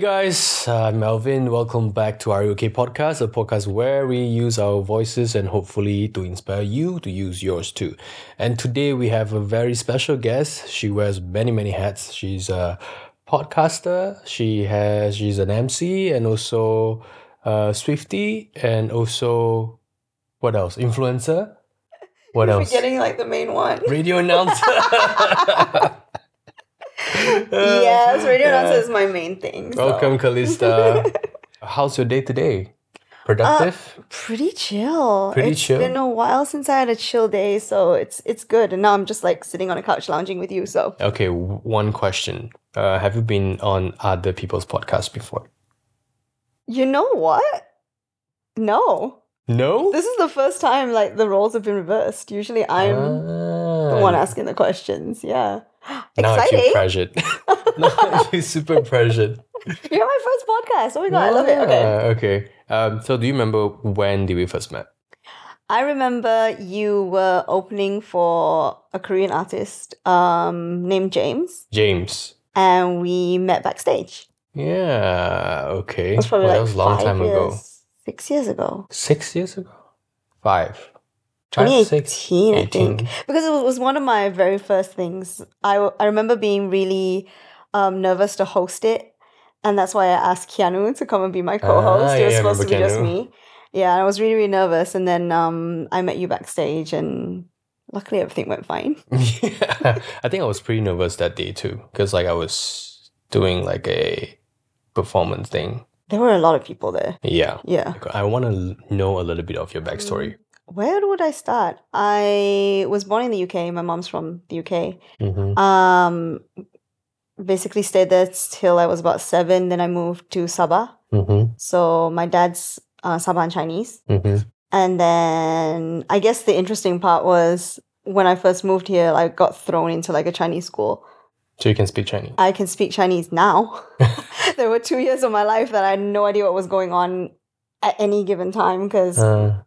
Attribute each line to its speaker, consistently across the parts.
Speaker 1: guys, uh, I'm Melvin. Welcome back to our UK podcast, a podcast where we use our voices and hopefully to inspire you to use yours too. And today we have a very special guest. She wears many, many hats. She's a podcaster, she has she's an MC and also uh Swifty and also what else? Influencer? What
Speaker 2: You're
Speaker 1: else?
Speaker 2: forgetting like the main one.
Speaker 1: Radio announcer.
Speaker 2: yes, radio
Speaker 1: Yeah.
Speaker 2: announcer is my main thing. so.
Speaker 1: Welcome, Kalista. How's your day today? Productive?
Speaker 2: Pretty chill.
Speaker 1: Pretty
Speaker 2: It's
Speaker 1: chill.
Speaker 2: been a while since I had a chill day, so it's it's good. And now I'm just like sitting on a couch lounging with you. So
Speaker 1: okay, w- one question. Uh, have you been on other people's podcasts before?
Speaker 2: you know what? No,
Speaker 1: No?
Speaker 2: this is the first time like the roles have been reversed. Usually I'm the one asking the questions. Yeah,
Speaker 1: Ah, Now I feel
Speaker 2: exciting.
Speaker 1: pressured. now I feel super pressured.
Speaker 2: You're my first podcast. Oh my god, I love it. Okay.
Speaker 1: Ah, okay. Um, so do you remember when did we first met?
Speaker 2: I remember you were opening for a Korean artist um, named James,
Speaker 1: James.
Speaker 2: and we met backstage.
Speaker 1: Yeah, okay.
Speaker 2: It was probably
Speaker 1: Well,
Speaker 2: like
Speaker 1: that was a long
Speaker 2: five
Speaker 1: time ago.
Speaker 2: years- six years ago,
Speaker 1: Six years ago? Five. Five, six,
Speaker 2: 2018, I think,
Speaker 1: 18.
Speaker 2: because it was one of my very first things. I I remember being really um, nervous to host it, and that's why I asked Keanu to come and be my co-host.
Speaker 1: Ah,
Speaker 2: it was
Speaker 1: yeah, I
Speaker 2: supposed to be
Speaker 1: remember
Speaker 2: just
Speaker 1: Keanu.
Speaker 2: me. Yeah, I was really really nervous, and then um, I met you backstage, and luckily everything went fine.
Speaker 1: yeah, I think I was pretty nervous that day too, because like I was doing like a performance thing.
Speaker 2: There were a lot of people there.
Speaker 1: Yeah,
Speaker 2: Yeah. Mm,
Speaker 1: Like, I want to know a little bit of your backstory.
Speaker 2: Where would I start? I was born in the UK. My mom's from the UK.
Speaker 1: Mm-hmm.
Speaker 2: Um, basically stayed there till I was about seven. Then I moved to Sabah.
Speaker 1: Mm-hmm.
Speaker 2: So my dad's uh, Sabahan Chinese.
Speaker 1: Mm-hmm.
Speaker 2: And then I guess the interesting part was when I first moved here, I got thrown into like a Chinese school.
Speaker 1: So you can speak Chinese.
Speaker 2: I can speak Chinese now. there were two years of my life that I had no idea what was going on at any given time because
Speaker 1: Uh,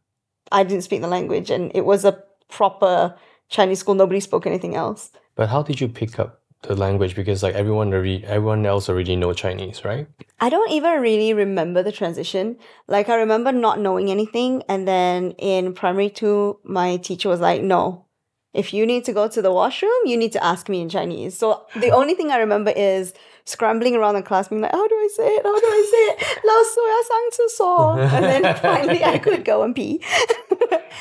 Speaker 2: I didn't speak the language, and it was a proper Chinese school. Nobody spoke anything else.
Speaker 1: but how did you pick up the language? Because like everyone already, everyone else already know Chinese, right?
Speaker 2: I don't even really remember the transition. Like I remember not knowing anything, and then in primary two, my teacher was like, "No, if you need to go to the washroom, you need to ask me in Chinese." So the only thing I remember is scrambling around the class, being like, "How do I say it? How do I say it?" 老师我要上厕所." And then finally, I could go and pee.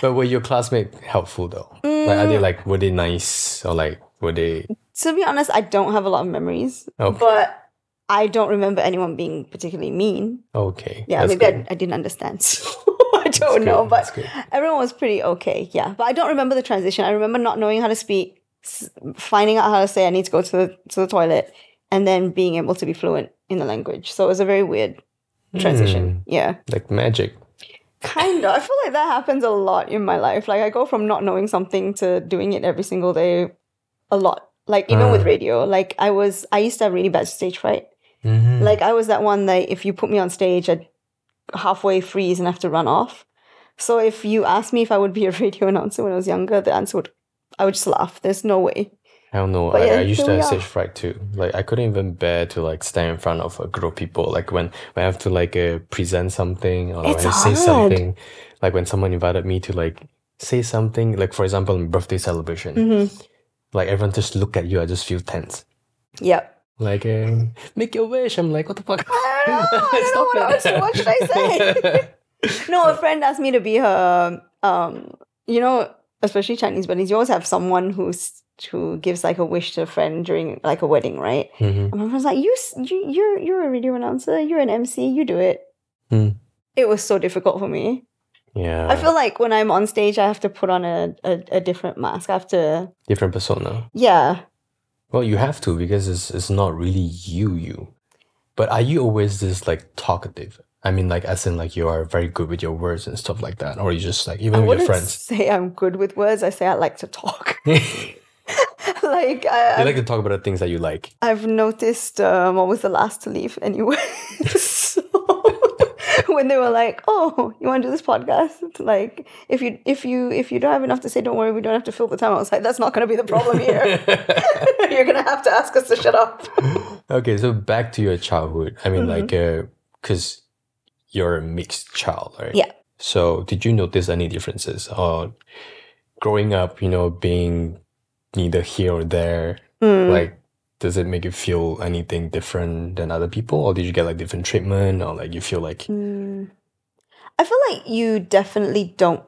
Speaker 1: But were your classmates helpful though? Like
Speaker 2: Mm.
Speaker 1: are they like were they nice or like were they? oh,
Speaker 2: to be honest, I don't have a lot of memories,
Speaker 1: Okay.
Speaker 2: but I don't remember anyone being particularly mean.
Speaker 1: Okay,
Speaker 2: Yeah,
Speaker 1: that's
Speaker 2: maybe
Speaker 1: good.
Speaker 2: I, I didn't understand. So I
Speaker 1: That's
Speaker 2: don't know,
Speaker 1: good, that's
Speaker 2: but
Speaker 1: good.
Speaker 2: everyone was pretty okay. Yeah, but I don't remember the transition. I remember not knowing how to speak, s- finding out how to say I need to go to the, to the toilet, and then being able to be fluent in the language. So it was a very weird transition. Yeah.
Speaker 1: like magic.
Speaker 2: Kind of. I feel like that happens a lot in my life. Like I go from not knowing something to doing it every single day a lot. Like even with
Speaker 1: Mm.
Speaker 2: radio, like I was I used to have really bad stage fright.
Speaker 1: Mhm.
Speaker 2: Like I was that one that if you put me on stage I'd halfway freeze and have to run off. So if you asked me if I would be a radio announcer when I was younger, the answer would I would just laugh. There's no way.
Speaker 1: I don't know.
Speaker 2: But
Speaker 1: I,
Speaker 2: yeah,
Speaker 1: I used to
Speaker 2: here we
Speaker 1: have
Speaker 2: are.
Speaker 1: stage fright too. Like I couldn't even bear to like stand in front of a group of people. Like when, when I have to like uh, present something or like,
Speaker 2: It's
Speaker 1: when I say
Speaker 2: hard.
Speaker 1: something. Like when someone invited me to like say something. Like for example, in birthday celebration,
Speaker 2: Mm-hmm.
Speaker 1: like everyone just look at you. I just feel tense.
Speaker 2: Yep.
Speaker 1: Like uh, make your wish. I'm like what the fuck.
Speaker 2: I don't know. I don't know what else. What should I say? No, a friend asked me to be her. Um, you know, especially Chinese buddies, you always have someone who's who gives like a wish to a friend during like a wedding, right?
Speaker 1: hmm
Speaker 2: And my friend's like, "You, s- you, you're you're a radio announcer. You're an MC. You do it."
Speaker 1: Hmm.
Speaker 2: It was so difficult for me.
Speaker 1: Yeah,
Speaker 2: I feel like when I'm on stage, I have to put on a, a, a different mask. I have to,
Speaker 1: different persona.
Speaker 2: yeah.
Speaker 1: Well, you have to because it's it's not really you you. But are you always this like talkative? I mean, like as in like you are very good with your words and stuff like that, or you just like
Speaker 2: I
Speaker 1: even with your
Speaker 2: wouldn't
Speaker 1: friends.
Speaker 2: say I'm good with words. I say I like to talk.
Speaker 1: you
Speaker 2: like I,
Speaker 1: like to talk about the things that you like.
Speaker 2: I've noticed um, I was the last to leave anyway. so when they were like, "Oh, you want to do this podcast?" Like, if you if you if you don't have enough to say, don't worry, we don't have to Oh, fill the time. I was like, "That's not going to be the problem here. You're going to have to ask us to shut up."
Speaker 1: Okay, so back to your childhood. I mean,
Speaker 2: Mm-hmm.
Speaker 1: like, because you're a mixed child, right?
Speaker 2: Yeah.
Speaker 1: So, did you notice any differences or growing up? You know, being neither here or there.
Speaker 2: Mm.
Speaker 1: Like, does it make you feel anything different than other people, or did you get like different treatment, or like you feel like
Speaker 2: Mm. I feel like you definitely don't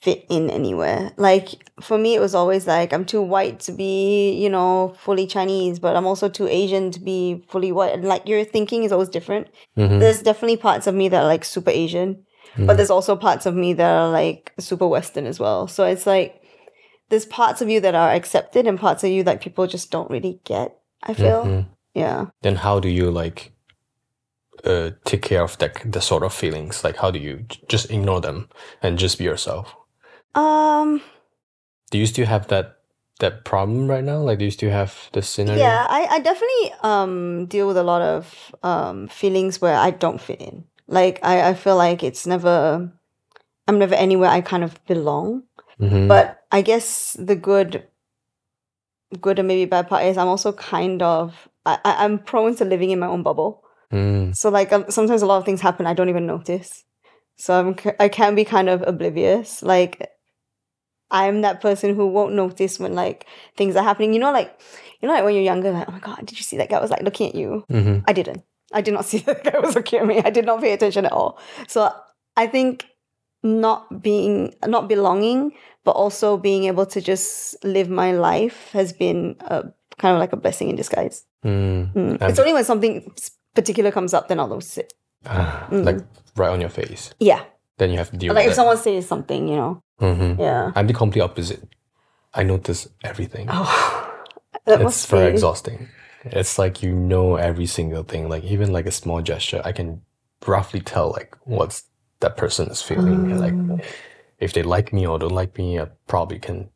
Speaker 2: fit in anywhere. Like for me, it was always like I'm too white to be, you know, fully Chinese, but I'm also too Asian to be fully white. And like your thinking is always different.
Speaker 1: Mhm,
Speaker 2: There's definitely parts of me that are like super Asian, but
Speaker 1: mhm.
Speaker 2: there's also parts of me that are like super Western as well. So it's like there's parts of you that are accepted and parts of you that people just don't really get. I feel,
Speaker 1: Mhm.
Speaker 2: yeah.
Speaker 1: then how do you like uh take care of that the sort of feelings like how do you j- just ignore them and just be yourself
Speaker 2: Um.
Speaker 1: do you still have that that problem right now like do you still have the scenario
Speaker 2: yeah I, I definitely um deal with a lot of um feelings where i don't fit in like i, I feel like it's never i'm never anywhere i kind of belong
Speaker 1: Mhm.
Speaker 2: but i guess the good good and maybe bad part is i'm also kind of I, I- i'm prone to living in my own bubble
Speaker 1: Mm,
Speaker 2: so like um, sometimes a lot of things happen i don't even notice so i'm c- i can be kind of oblivious like i'm that person who won't notice when like things are happening you know like you know like when you're younger like oh my god did you see that guy was like looking at you
Speaker 1: mhm.
Speaker 2: i didn't i did not see that guy was looking at me i did not pay attention at all so i think not being not belonging but also being able to just live my life has been a kind of like a blessing in disguise
Speaker 1: Mm.
Speaker 2: Mm.
Speaker 1: Um,
Speaker 2: it's only when something particular comes up then i'll notice it
Speaker 1: Ah,
Speaker 2: Mm.
Speaker 1: like right on your face
Speaker 2: yeah
Speaker 1: then you have to deal
Speaker 2: like if
Speaker 1: with that.
Speaker 2: someone says something you know
Speaker 1: Mhm.
Speaker 2: yeah
Speaker 1: i'm the complete opposite i notice everything
Speaker 2: oh that
Speaker 1: it's
Speaker 2: must
Speaker 1: very
Speaker 2: be
Speaker 1: exhausting it's like you know every single thing like even like a small gesture i can roughly tell like what's that person is feeling and,
Speaker 2: Mm.
Speaker 1: like if they like me or don't like me i probably can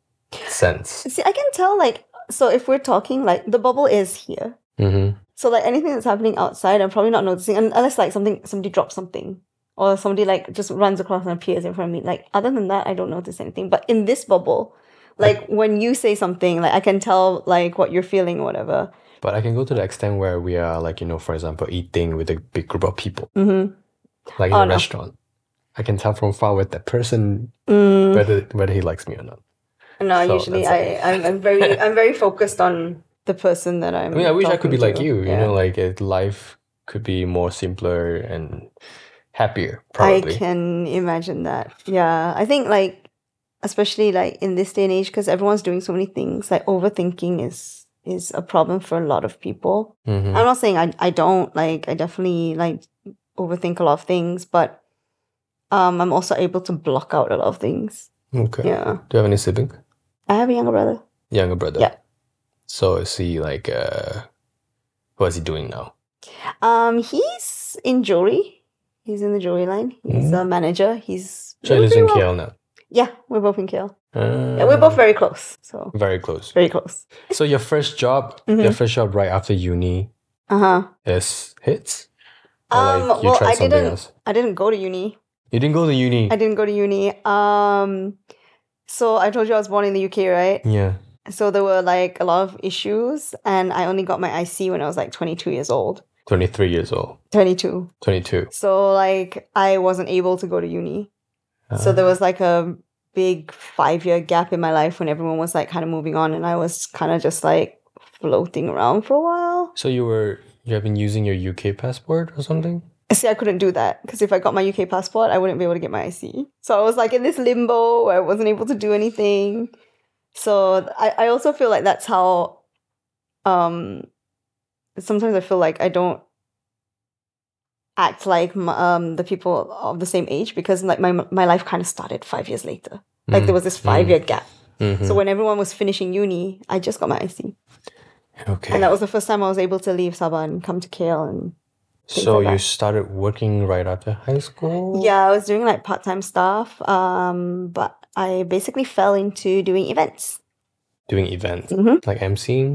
Speaker 1: sense
Speaker 2: see i can tell like so if we're talking like the bubble is here
Speaker 1: hmm
Speaker 2: So like anything that's happening outside, I'm probably not noticing un- unless like something somebody drops something or somebody like just runs across and appears in front of me. Like other than that, I don't notice anything. But in this bubble, like when you say something, like I can tell like what you're feeling or whatever.
Speaker 1: but i can go to the extent where we are like you know for example eating with a big group of people
Speaker 2: Mm-hmm.
Speaker 1: like
Speaker 2: Oh,
Speaker 1: in a
Speaker 2: no.
Speaker 1: restaurant i can tell from far with that person
Speaker 2: Mm,
Speaker 1: whether whether he likes me or not
Speaker 2: no,
Speaker 1: So
Speaker 2: usually
Speaker 1: that's it.
Speaker 2: I I'm, I'm very I'm very focused on the person that I'm.
Speaker 1: i mean i wish i could be like you you
Speaker 2: yeah.
Speaker 1: know like it, life could be more simpler and happier
Speaker 2: I
Speaker 1: probably
Speaker 2: can imagine that. Yeah, I think like especially like in this day and age because everyone's doing so many things like overthinking is is a problem for a lot of people.
Speaker 1: Mhm.
Speaker 2: I'm not saying I I don't like I definitely like overthink a lot of things, but um I'm also able to block out a lot of things.
Speaker 1: Okay.
Speaker 2: Yeah.
Speaker 1: Do you have any sibling?
Speaker 2: I have a younger brother.
Speaker 1: Younger brother.
Speaker 2: Yeah.
Speaker 1: So is he like uh what is he doing now?
Speaker 2: Um he's in jewelry. He's in the jewelry line. He's a manager. He's
Speaker 1: So he
Speaker 2: doing
Speaker 1: lives Mm-hmm. in
Speaker 2: pretty well.
Speaker 1: KL now.
Speaker 2: Yeah, we're both in KL.
Speaker 1: Uh,
Speaker 2: Yeah, we're both very close. So
Speaker 1: Ah, very close.
Speaker 2: very close.
Speaker 1: So your first job
Speaker 2: Mhm.
Speaker 1: your first job right after uni
Speaker 2: Uh-huh.
Speaker 1: is hits? Or
Speaker 2: Um,
Speaker 1: like you
Speaker 2: well,
Speaker 1: tried
Speaker 2: I
Speaker 1: something
Speaker 2: didn't.
Speaker 1: else?
Speaker 2: I didn't go to uni.
Speaker 1: You didn't go to uni.
Speaker 2: I didn't go to uni. Um, so I told you I was born in the UK, right?
Speaker 1: yeah.
Speaker 2: So there were like a lot of issues, and I only got my IC when I was like 22 years old.
Speaker 1: Twenty three years old.
Speaker 2: 22.
Speaker 1: Twenty two.
Speaker 2: So like I wasn't able to go to uni. So
Speaker 1: Ah.
Speaker 2: there was like a big five year gap in my life when everyone was like kind of moving on, and I was kind of just like floating around for a while.
Speaker 1: so you were you have been using your UK passport or something?
Speaker 2: See, I couldn't do that because if I got my UK passport, I wouldn't be able to get my IC. So I was like in this limbo where I wasn't able to do anything. So I, I also feel like that's how um sometimes I feel like I don't act like m um the people of the same age because like my my life kind of started 5 years later. Like
Speaker 1: Mm.
Speaker 2: there was this 5 year gap.
Speaker 1: Mhm.
Speaker 2: So when everyone was finishing uni, I just got my IC.
Speaker 1: Okay.
Speaker 2: And that was the first time I was able to leave Sabah and come to KL and things
Speaker 1: so
Speaker 2: like that.
Speaker 1: you started working right after high school?
Speaker 2: Yeah, I was doing like part time stuff, um, but I basically fell into doing events,
Speaker 1: Doing events.
Speaker 2: Mhm.
Speaker 1: Like emceeing?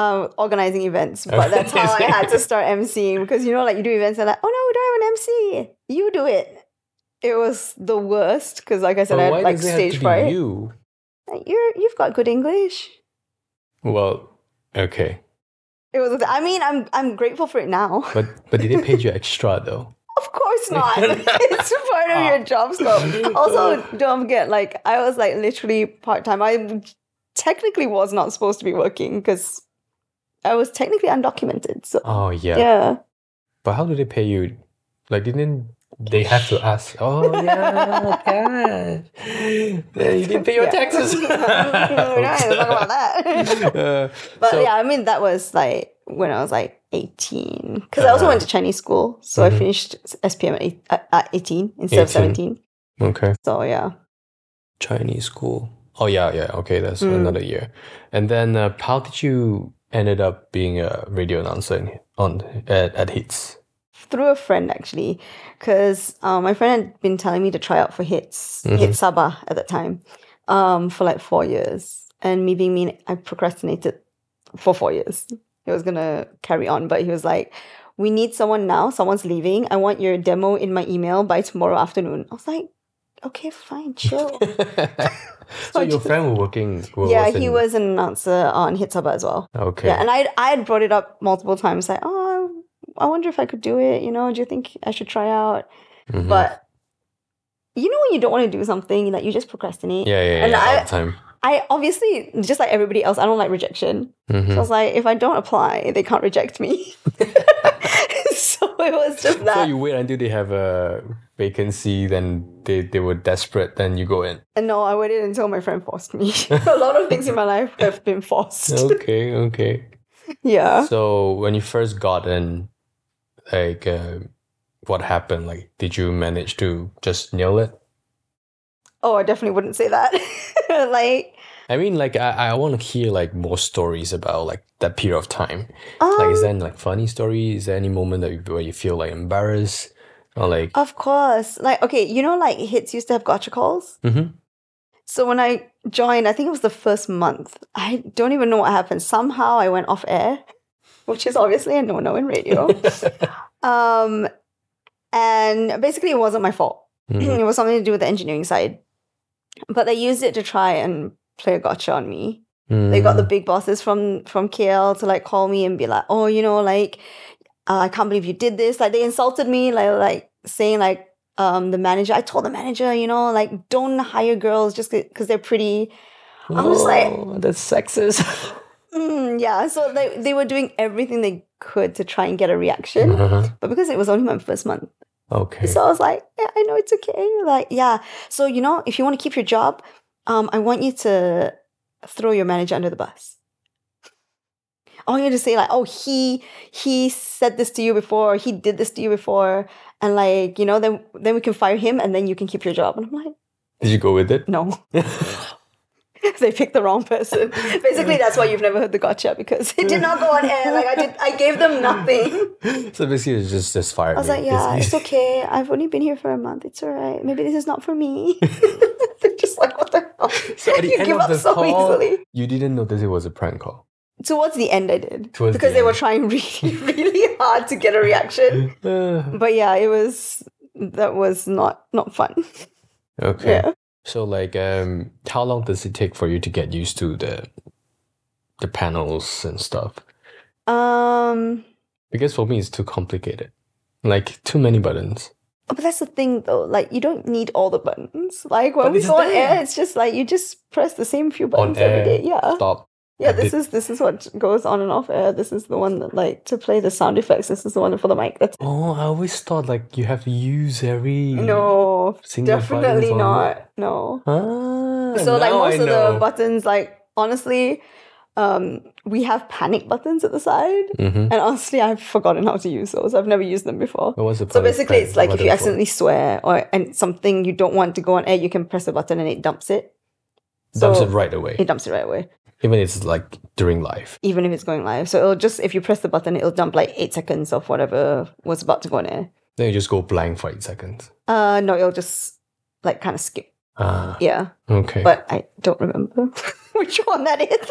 Speaker 2: um, organizing events. But that's how I had to start emceeing because you know, like you do events, they're like, oh no, we don't have an MC, you do it. It was the worst because, like I said,
Speaker 1: But
Speaker 2: I
Speaker 1: why
Speaker 2: had like
Speaker 1: does it have to
Speaker 2: stage
Speaker 1: be
Speaker 2: fright.
Speaker 1: You?
Speaker 2: Like, You're you've got good English.
Speaker 1: Well, okay.
Speaker 2: It was. I mean, I'm I'm grateful for it now.
Speaker 1: But but did they pay you extra though?
Speaker 2: Of course not. it's part of
Speaker 1: Ah.
Speaker 2: your job scope. Also, don't forget, like I was like literally part time. I technically was not supposed to be working because I was technically undocumented. So
Speaker 1: Oh yeah.
Speaker 2: yeah.
Speaker 1: But how do they pay you? Like didn't they have to ask? Oh yeah, gosh. Yeah, You didn't pay your
Speaker 2: Yeah.
Speaker 1: taxes.
Speaker 2: We're not gonna talk about that.
Speaker 1: Uh,
Speaker 2: but
Speaker 1: so-
Speaker 2: yeah, I mean, that was like when I was like 18. Because I also
Speaker 1: Uh-huh.
Speaker 2: went to Chinese school. So
Speaker 1: Mhm.
Speaker 2: I finished SPM at, eight, at- at 18 instead of
Speaker 1: 18.
Speaker 2: 17.
Speaker 1: Okay.
Speaker 2: So yeah.
Speaker 1: Chinese school. Oh yeah, yeah. Okay, that's
Speaker 2: Mm.
Speaker 1: another year. And then uh, how did you ended up being a radio announcer in, on at, at Hits?
Speaker 2: Through a friend actually, because um, my friend had been telling me to try out for hits,
Speaker 1: Mhm.
Speaker 2: hit Sabah at that time, um, for like four years. And me being mean, I procrastinated for four years. He was gonna carry on, but he was like, "We need someone now. Someone's leaving. I want your demo in my email by tomorrow afternoon." I was like, "Okay, fine, chill."
Speaker 1: so your friend was working. were-
Speaker 2: yeah, he
Speaker 1: in-
Speaker 2: was an announcer on Hit Sabah as well.
Speaker 1: Okay.
Speaker 2: Yeah, and I I had brought it up multiple times, like, "Oh, I wonder if I could do it. You know, do you think I should try out?"
Speaker 1: Mhm.
Speaker 2: But you know when you don't want to do something, like you just procrastinate.
Speaker 1: yeah, yeah, yeah,
Speaker 2: and
Speaker 1: all
Speaker 2: I-
Speaker 1: the time.
Speaker 2: I obviously just like everybody else, I don't like rejection. So I
Speaker 1: Mhm.
Speaker 2: was like, if I don't apply, they can't reject me. so it was just
Speaker 1: So
Speaker 2: that.
Speaker 1: you wait until they have a vacancy, then they, they were desperate, then you go in.
Speaker 2: and no, I waited until my friend forced me. a lot of things in my life have been forced.
Speaker 1: Okay, okay.
Speaker 2: Yeah.
Speaker 1: So when you first got in, like, uh, what happened? Like, did you manage to just nail it?
Speaker 2: Oh, I definitely wouldn't say that. like,
Speaker 1: I mean, like, I, I want to hear like more stories about like that period of time.
Speaker 2: um,
Speaker 1: Like, is there any, like funny story? Is there any moment that you, where you feel like embarrassed or like?
Speaker 2: of course. Like, okay, you know, like hits used to have gotcha calls.
Speaker 1: Mhm.
Speaker 2: So when I joined, I think it was the first month. I don't even know what happened. Somehow I went off air, which is obviously a no-no in radio. um, and basically, it wasn't my fault.
Speaker 1: Mhm.
Speaker 2: It was something to do with the engineering side. But they used it to try and play a gotcha on me.
Speaker 1: Mm-hmm.
Speaker 2: They got the big bosses from from KL to like call me and be like, "Oh, you know, like uh, I can't believe you did this." Like they insulted me, like like saying like um the manager. I told the manager, you know, like don't hire girls just because they're pretty. I'm just like-
Speaker 1: Oh, that's sexist.
Speaker 2: Mm, yeah, so they they were doing everything they could to try and get a reaction,
Speaker 1: Uh-huh.
Speaker 2: but because it was only my first month,
Speaker 1: Okay.
Speaker 2: so I was like, yeah, I know it's okay. Like, yeah. So you know, if you want to keep your job, um, I want you to throw your manager under the bus. I want you to say like, oh, he he said this to you before, he did this to you before, and like you know, then then we can fire him, and then you can keep your job. And I'm like,
Speaker 1: Did you go with it?
Speaker 2: no, they picked the wrong person. Basically, that's why you've never heard the gotcha because it did not go on air. Like I did, I gave them nothing.
Speaker 1: so basically, it's just just fired.
Speaker 2: I was
Speaker 1: me.
Speaker 2: like, yeah, it's okay. I've only been here for a month. It's all right. Maybe this is not for me. They're just like, what the hell?
Speaker 1: So at the
Speaker 2: you
Speaker 1: end
Speaker 2: give
Speaker 1: of
Speaker 2: up
Speaker 1: the
Speaker 2: so
Speaker 1: call,
Speaker 2: easily.
Speaker 1: you didn't notice it was a prank call.
Speaker 2: Towards the end, I did.
Speaker 1: Towards
Speaker 2: because
Speaker 1: the
Speaker 2: they were
Speaker 1: end.
Speaker 2: trying really, really hard to get a reaction.
Speaker 1: Uh,
Speaker 2: But yeah, it was, that was not, not fun.
Speaker 1: okay.
Speaker 2: Yeah.
Speaker 1: So like, um, how long does it take for you to get used to the the panels and stuff?
Speaker 2: Um,
Speaker 1: Because for me, it's too complicated. Like too many buttons.
Speaker 2: but that's the thing though. Like you don't need all the buttons. Like when
Speaker 1: But
Speaker 2: we
Speaker 1: it's
Speaker 2: go on
Speaker 1: there.
Speaker 2: air, it's just like, you just press the same few
Speaker 1: On
Speaker 2: buttons every
Speaker 1: air.
Speaker 2: day. Yeah.
Speaker 1: Stop.
Speaker 2: Yeah,
Speaker 1: I
Speaker 2: this
Speaker 1: did-
Speaker 2: is this is what goes on and off air. This is the one that like to play the sound effects. This is the one for the mic. That's
Speaker 1: Oh, I always thought like you have to use every
Speaker 2: no,
Speaker 1: Hmm. single
Speaker 2: definitely
Speaker 1: buttons on-
Speaker 2: not. No.
Speaker 1: Ah,
Speaker 2: So like
Speaker 1: now I
Speaker 2: most of the
Speaker 1: know.
Speaker 2: buttons, like honestly, um, we have panic buttons at the side,
Speaker 1: Mhm.
Speaker 2: and honestly, I've forgotten how to use those. I've never used them before.
Speaker 1: But what's the
Speaker 2: So
Speaker 1: point of
Speaker 2: basically,
Speaker 1: prank
Speaker 2: it's like if you
Speaker 1: button for?
Speaker 2: accidentally swear or and something you don't want to go on air, you can press a button and it dumps it.
Speaker 1: dumps
Speaker 2: So
Speaker 1: it right away,
Speaker 2: It dumps it right away.
Speaker 1: even if it's like during live.
Speaker 2: even if it's going live. So it'll just if you press the button, it'll dump like eight seconds of whatever was about to go on air.
Speaker 1: Then you just go blank for eight seconds.
Speaker 2: Uh, no, it'll just like kind of skip.
Speaker 1: Ah,
Speaker 2: Yeah,
Speaker 1: okay.
Speaker 2: but I don't remember which one that is.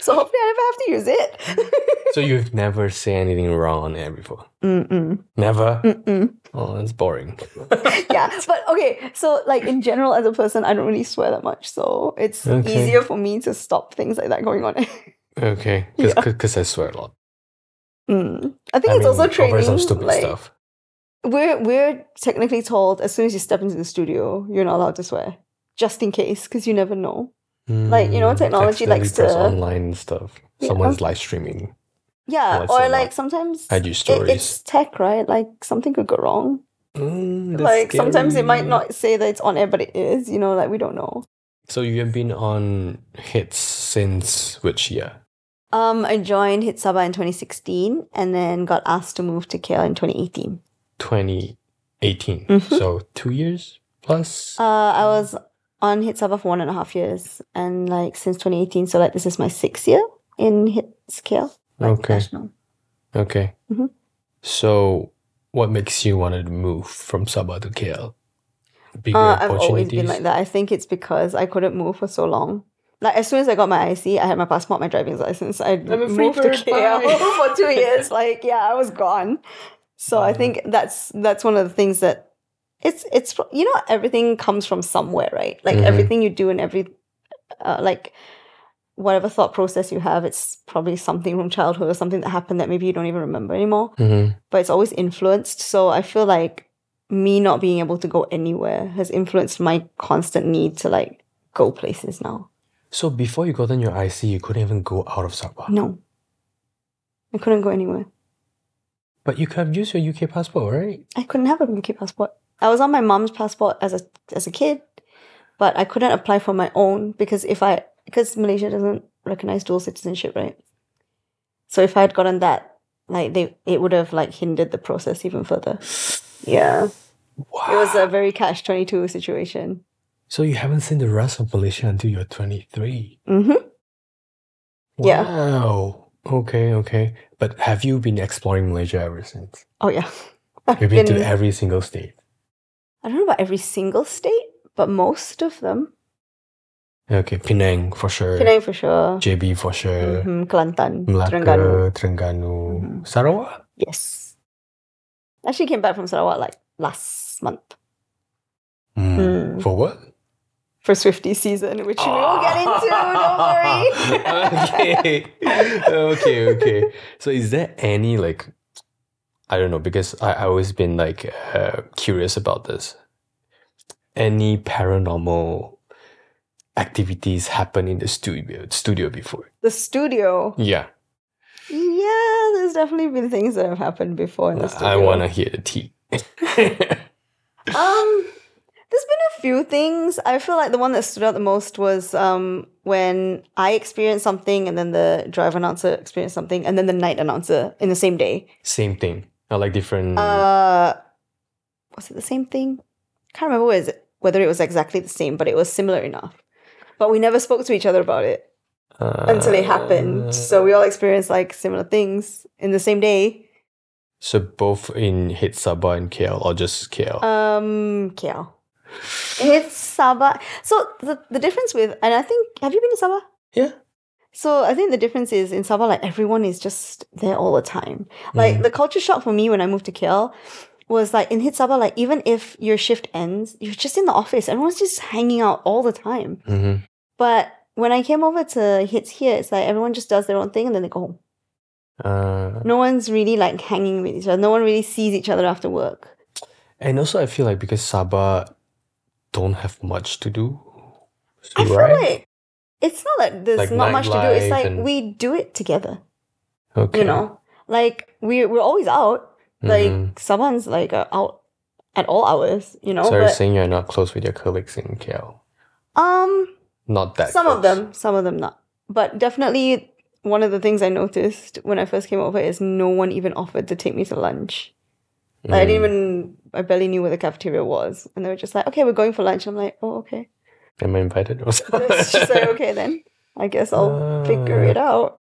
Speaker 2: so hopefully I never have to use it.
Speaker 1: so you've never said anything wrong on air before?
Speaker 2: mm-mm,
Speaker 1: Never?
Speaker 2: mm-mm.
Speaker 1: Oh, that's boring.
Speaker 2: Yeah, but okay. So like in general, as a person, I don't really swear that much, so it's
Speaker 1: Okay.
Speaker 2: easier for me to stop things like that going on. air.
Speaker 1: okay, because
Speaker 2: Yeah.
Speaker 1: I swear a lot.
Speaker 2: Mm. I think it's
Speaker 1: mean,
Speaker 2: also
Speaker 1: Over
Speaker 2: training.
Speaker 1: some stupid
Speaker 2: like,
Speaker 1: stuff.
Speaker 2: We're we're technically told as soon as you step into the studio, you're not allowed to swear, just in case, because you never know. like, you know,
Speaker 1: Mm,
Speaker 2: technology likes
Speaker 1: accidentally press
Speaker 2: to-
Speaker 1: online and stuff.
Speaker 2: Yeah.
Speaker 1: Someone's live streaming.
Speaker 2: Yeah,
Speaker 1: What's
Speaker 2: or
Speaker 1: allowed?
Speaker 2: like sometimes
Speaker 1: I do
Speaker 2: it-
Speaker 1: stories.
Speaker 2: it's tech, right? Like something could go wrong.
Speaker 1: Mm, that's
Speaker 2: like sometimes it might
Speaker 1: scary.
Speaker 2: not say that it's on air, but it is. You know, like we don't know.
Speaker 1: So you have been on hits since which year?
Speaker 2: Um, I joined Hit Sabah in 2016, and then got asked to move to KL in 2018.
Speaker 1: 2018.
Speaker 2: Mhm.
Speaker 1: So two years plus.
Speaker 2: Uh, I was on Hit Sabah for one and a half years, and like since 2018, so like this is my sixth year in Hits KL. Like
Speaker 1: Okay.
Speaker 2: National.
Speaker 1: okay.
Speaker 2: Mhm.
Speaker 1: So what makes you want to move from Sabah to KL? Bigger
Speaker 2: Uh, I've always
Speaker 1: opportunities.
Speaker 2: been like that. I think it's because I couldn't move for so long. Like as soon as I got my IC, I had my passport, my driving license.
Speaker 1: a
Speaker 2: I
Speaker 1: free
Speaker 2: moved to
Speaker 1: bird,
Speaker 2: KL
Speaker 1: bye.
Speaker 2: for two years. Like yeah, I was gone. So I
Speaker 1: Mm.
Speaker 2: think that's that's one of the things that it's it's you know everything comes from somewhere, right? Like
Speaker 1: Mhm.
Speaker 2: everything you do and every uh, like whatever thought process you have, it's probably something from childhood or something that happened that maybe you don't even remember anymore
Speaker 1: Mhm.
Speaker 2: but it's always influenced. So I feel like me not being able to go anywhere has influenced my constant need to like go places now.
Speaker 1: So before you gotten your IC, you couldn't even go out of Sabah.
Speaker 2: No. I couldn't go anywhere.
Speaker 1: But you could have used your UK passport, right?
Speaker 2: I couldn't have a UK passport. I was on my mom's passport as a as a kid, but I couldn't apply for my own because if I because Malaysia doesn't recognize dual citizenship, right? So if I had gotten that, like they it would have like hindered the process even further. Yeah.
Speaker 1: Wow.
Speaker 2: It was a very catch twenty two situation.
Speaker 1: so you haven't seen the rest of Malaysia until you're 23.
Speaker 2: Mm-hmm. Yeah.
Speaker 1: Wow. Okay, okay. But have you been exploring Malaysia ever since?
Speaker 2: Oh yeah. I've
Speaker 1: You've been,
Speaker 2: been-
Speaker 1: to every single state.
Speaker 2: I don't know about every single state, but most of them.
Speaker 1: Okay, Penang for sure.
Speaker 2: Penang for sure.
Speaker 1: JB for sure.
Speaker 2: Mhm, Kelantan, Terengganu.
Speaker 1: Melaka, Terengganu,
Speaker 2: Mhm.
Speaker 1: Sarawak.
Speaker 2: Yes. Actually came back from Sarawak like last month
Speaker 1: Mm.
Speaker 2: Mm.
Speaker 1: For what?
Speaker 2: for Swifty season, which we will get into, don't worry.
Speaker 1: Ah. okay. Okay, okay. So is there any like I don't know because I I always been like uh, curious about this. Any paranormal activities happen in the studio studio before?
Speaker 2: the studio.
Speaker 1: Yeah.
Speaker 2: Yeah, there's definitely been things that have happened before in the studio.
Speaker 1: I want to hear the tea.
Speaker 2: Um, there's been a few things. I feel like the one that stood out the most was um when I experienced something, and then the drive announcer experienced something, and then the night announcer in the same day.
Speaker 1: Same thing. I like different.
Speaker 2: Uh, was it the same thing? Can't remember was it, whether it was exactly the same, but it was similar enough. But we never spoke to each other about it Uh, until
Speaker 1: uh,
Speaker 2: it happened. So we all experienced like similar things in the same day.
Speaker 1: So both in Hit Sabah and KL, or just KL.
Speaker 2: Um, KL. It's Sabah. So the, the difference with, and I think, have you been to Sabah?
Speaker 1: yeah.
Speaker 2: So I think the difference is in Sabah, like everyone is just there all the time. Like
Speaker 1: Mm.
Speaker 2: the culture shock for me when I moved to KL was like in Hit Sabah, like even if your shift ends, you're just in the office. Everyone's just hanging out all the time.
Speaker 1: Mhm.
Speaker 2: But when I came over to Hits here, it's like everyone just does their own thing and then they go home.
Speaker 1: Uh,
Speaker 2: No one's really like hanging with each other. No one really sees each other after work.
Speaker 1: and also, I feel like because Sabah don't have much to do,
Speaker 2: I feel
Speaker 1: right?
Speaker 2: like it's not that there's
Speaker 1: Like
Speaker 2: not much to do. It's
Speaker 1: nightlife
Speaker 2: like
Speaker 1: and-
Speaker 2: we do it together.
Speaker 1: okay.
Speaker 2: You know, like we we're always out.
Speaker 1: Mhm.
Speaker 2: Like someone's like uh, out at all hours. You know,
Speaker 1: so you're
Speaker 2: but
Speaker 1: saying you're not close with your colleagues in KL?
Speaker 2: um,
Speaker 1: Not that.
Speaker 2: some of
Speaker 1: close.
Speaker 2: them, some of them not. But definitely one of the things I noticed when I first came over is no one even offered to take me to lunch. Like
Speaker 1: Mm-hmm. Mm.
Speaker 2: I didn't even I barely knew where the cafeteria was, and they were just like, "Okay, we're going for lunch." I'm like, "Oh, okay."
Speaker 1: Am I invited? Or something?
Speaker 2: It's just like, "Okay, then I guess I'll figure
Speaker 1: Ah.
Speaker 2: it out."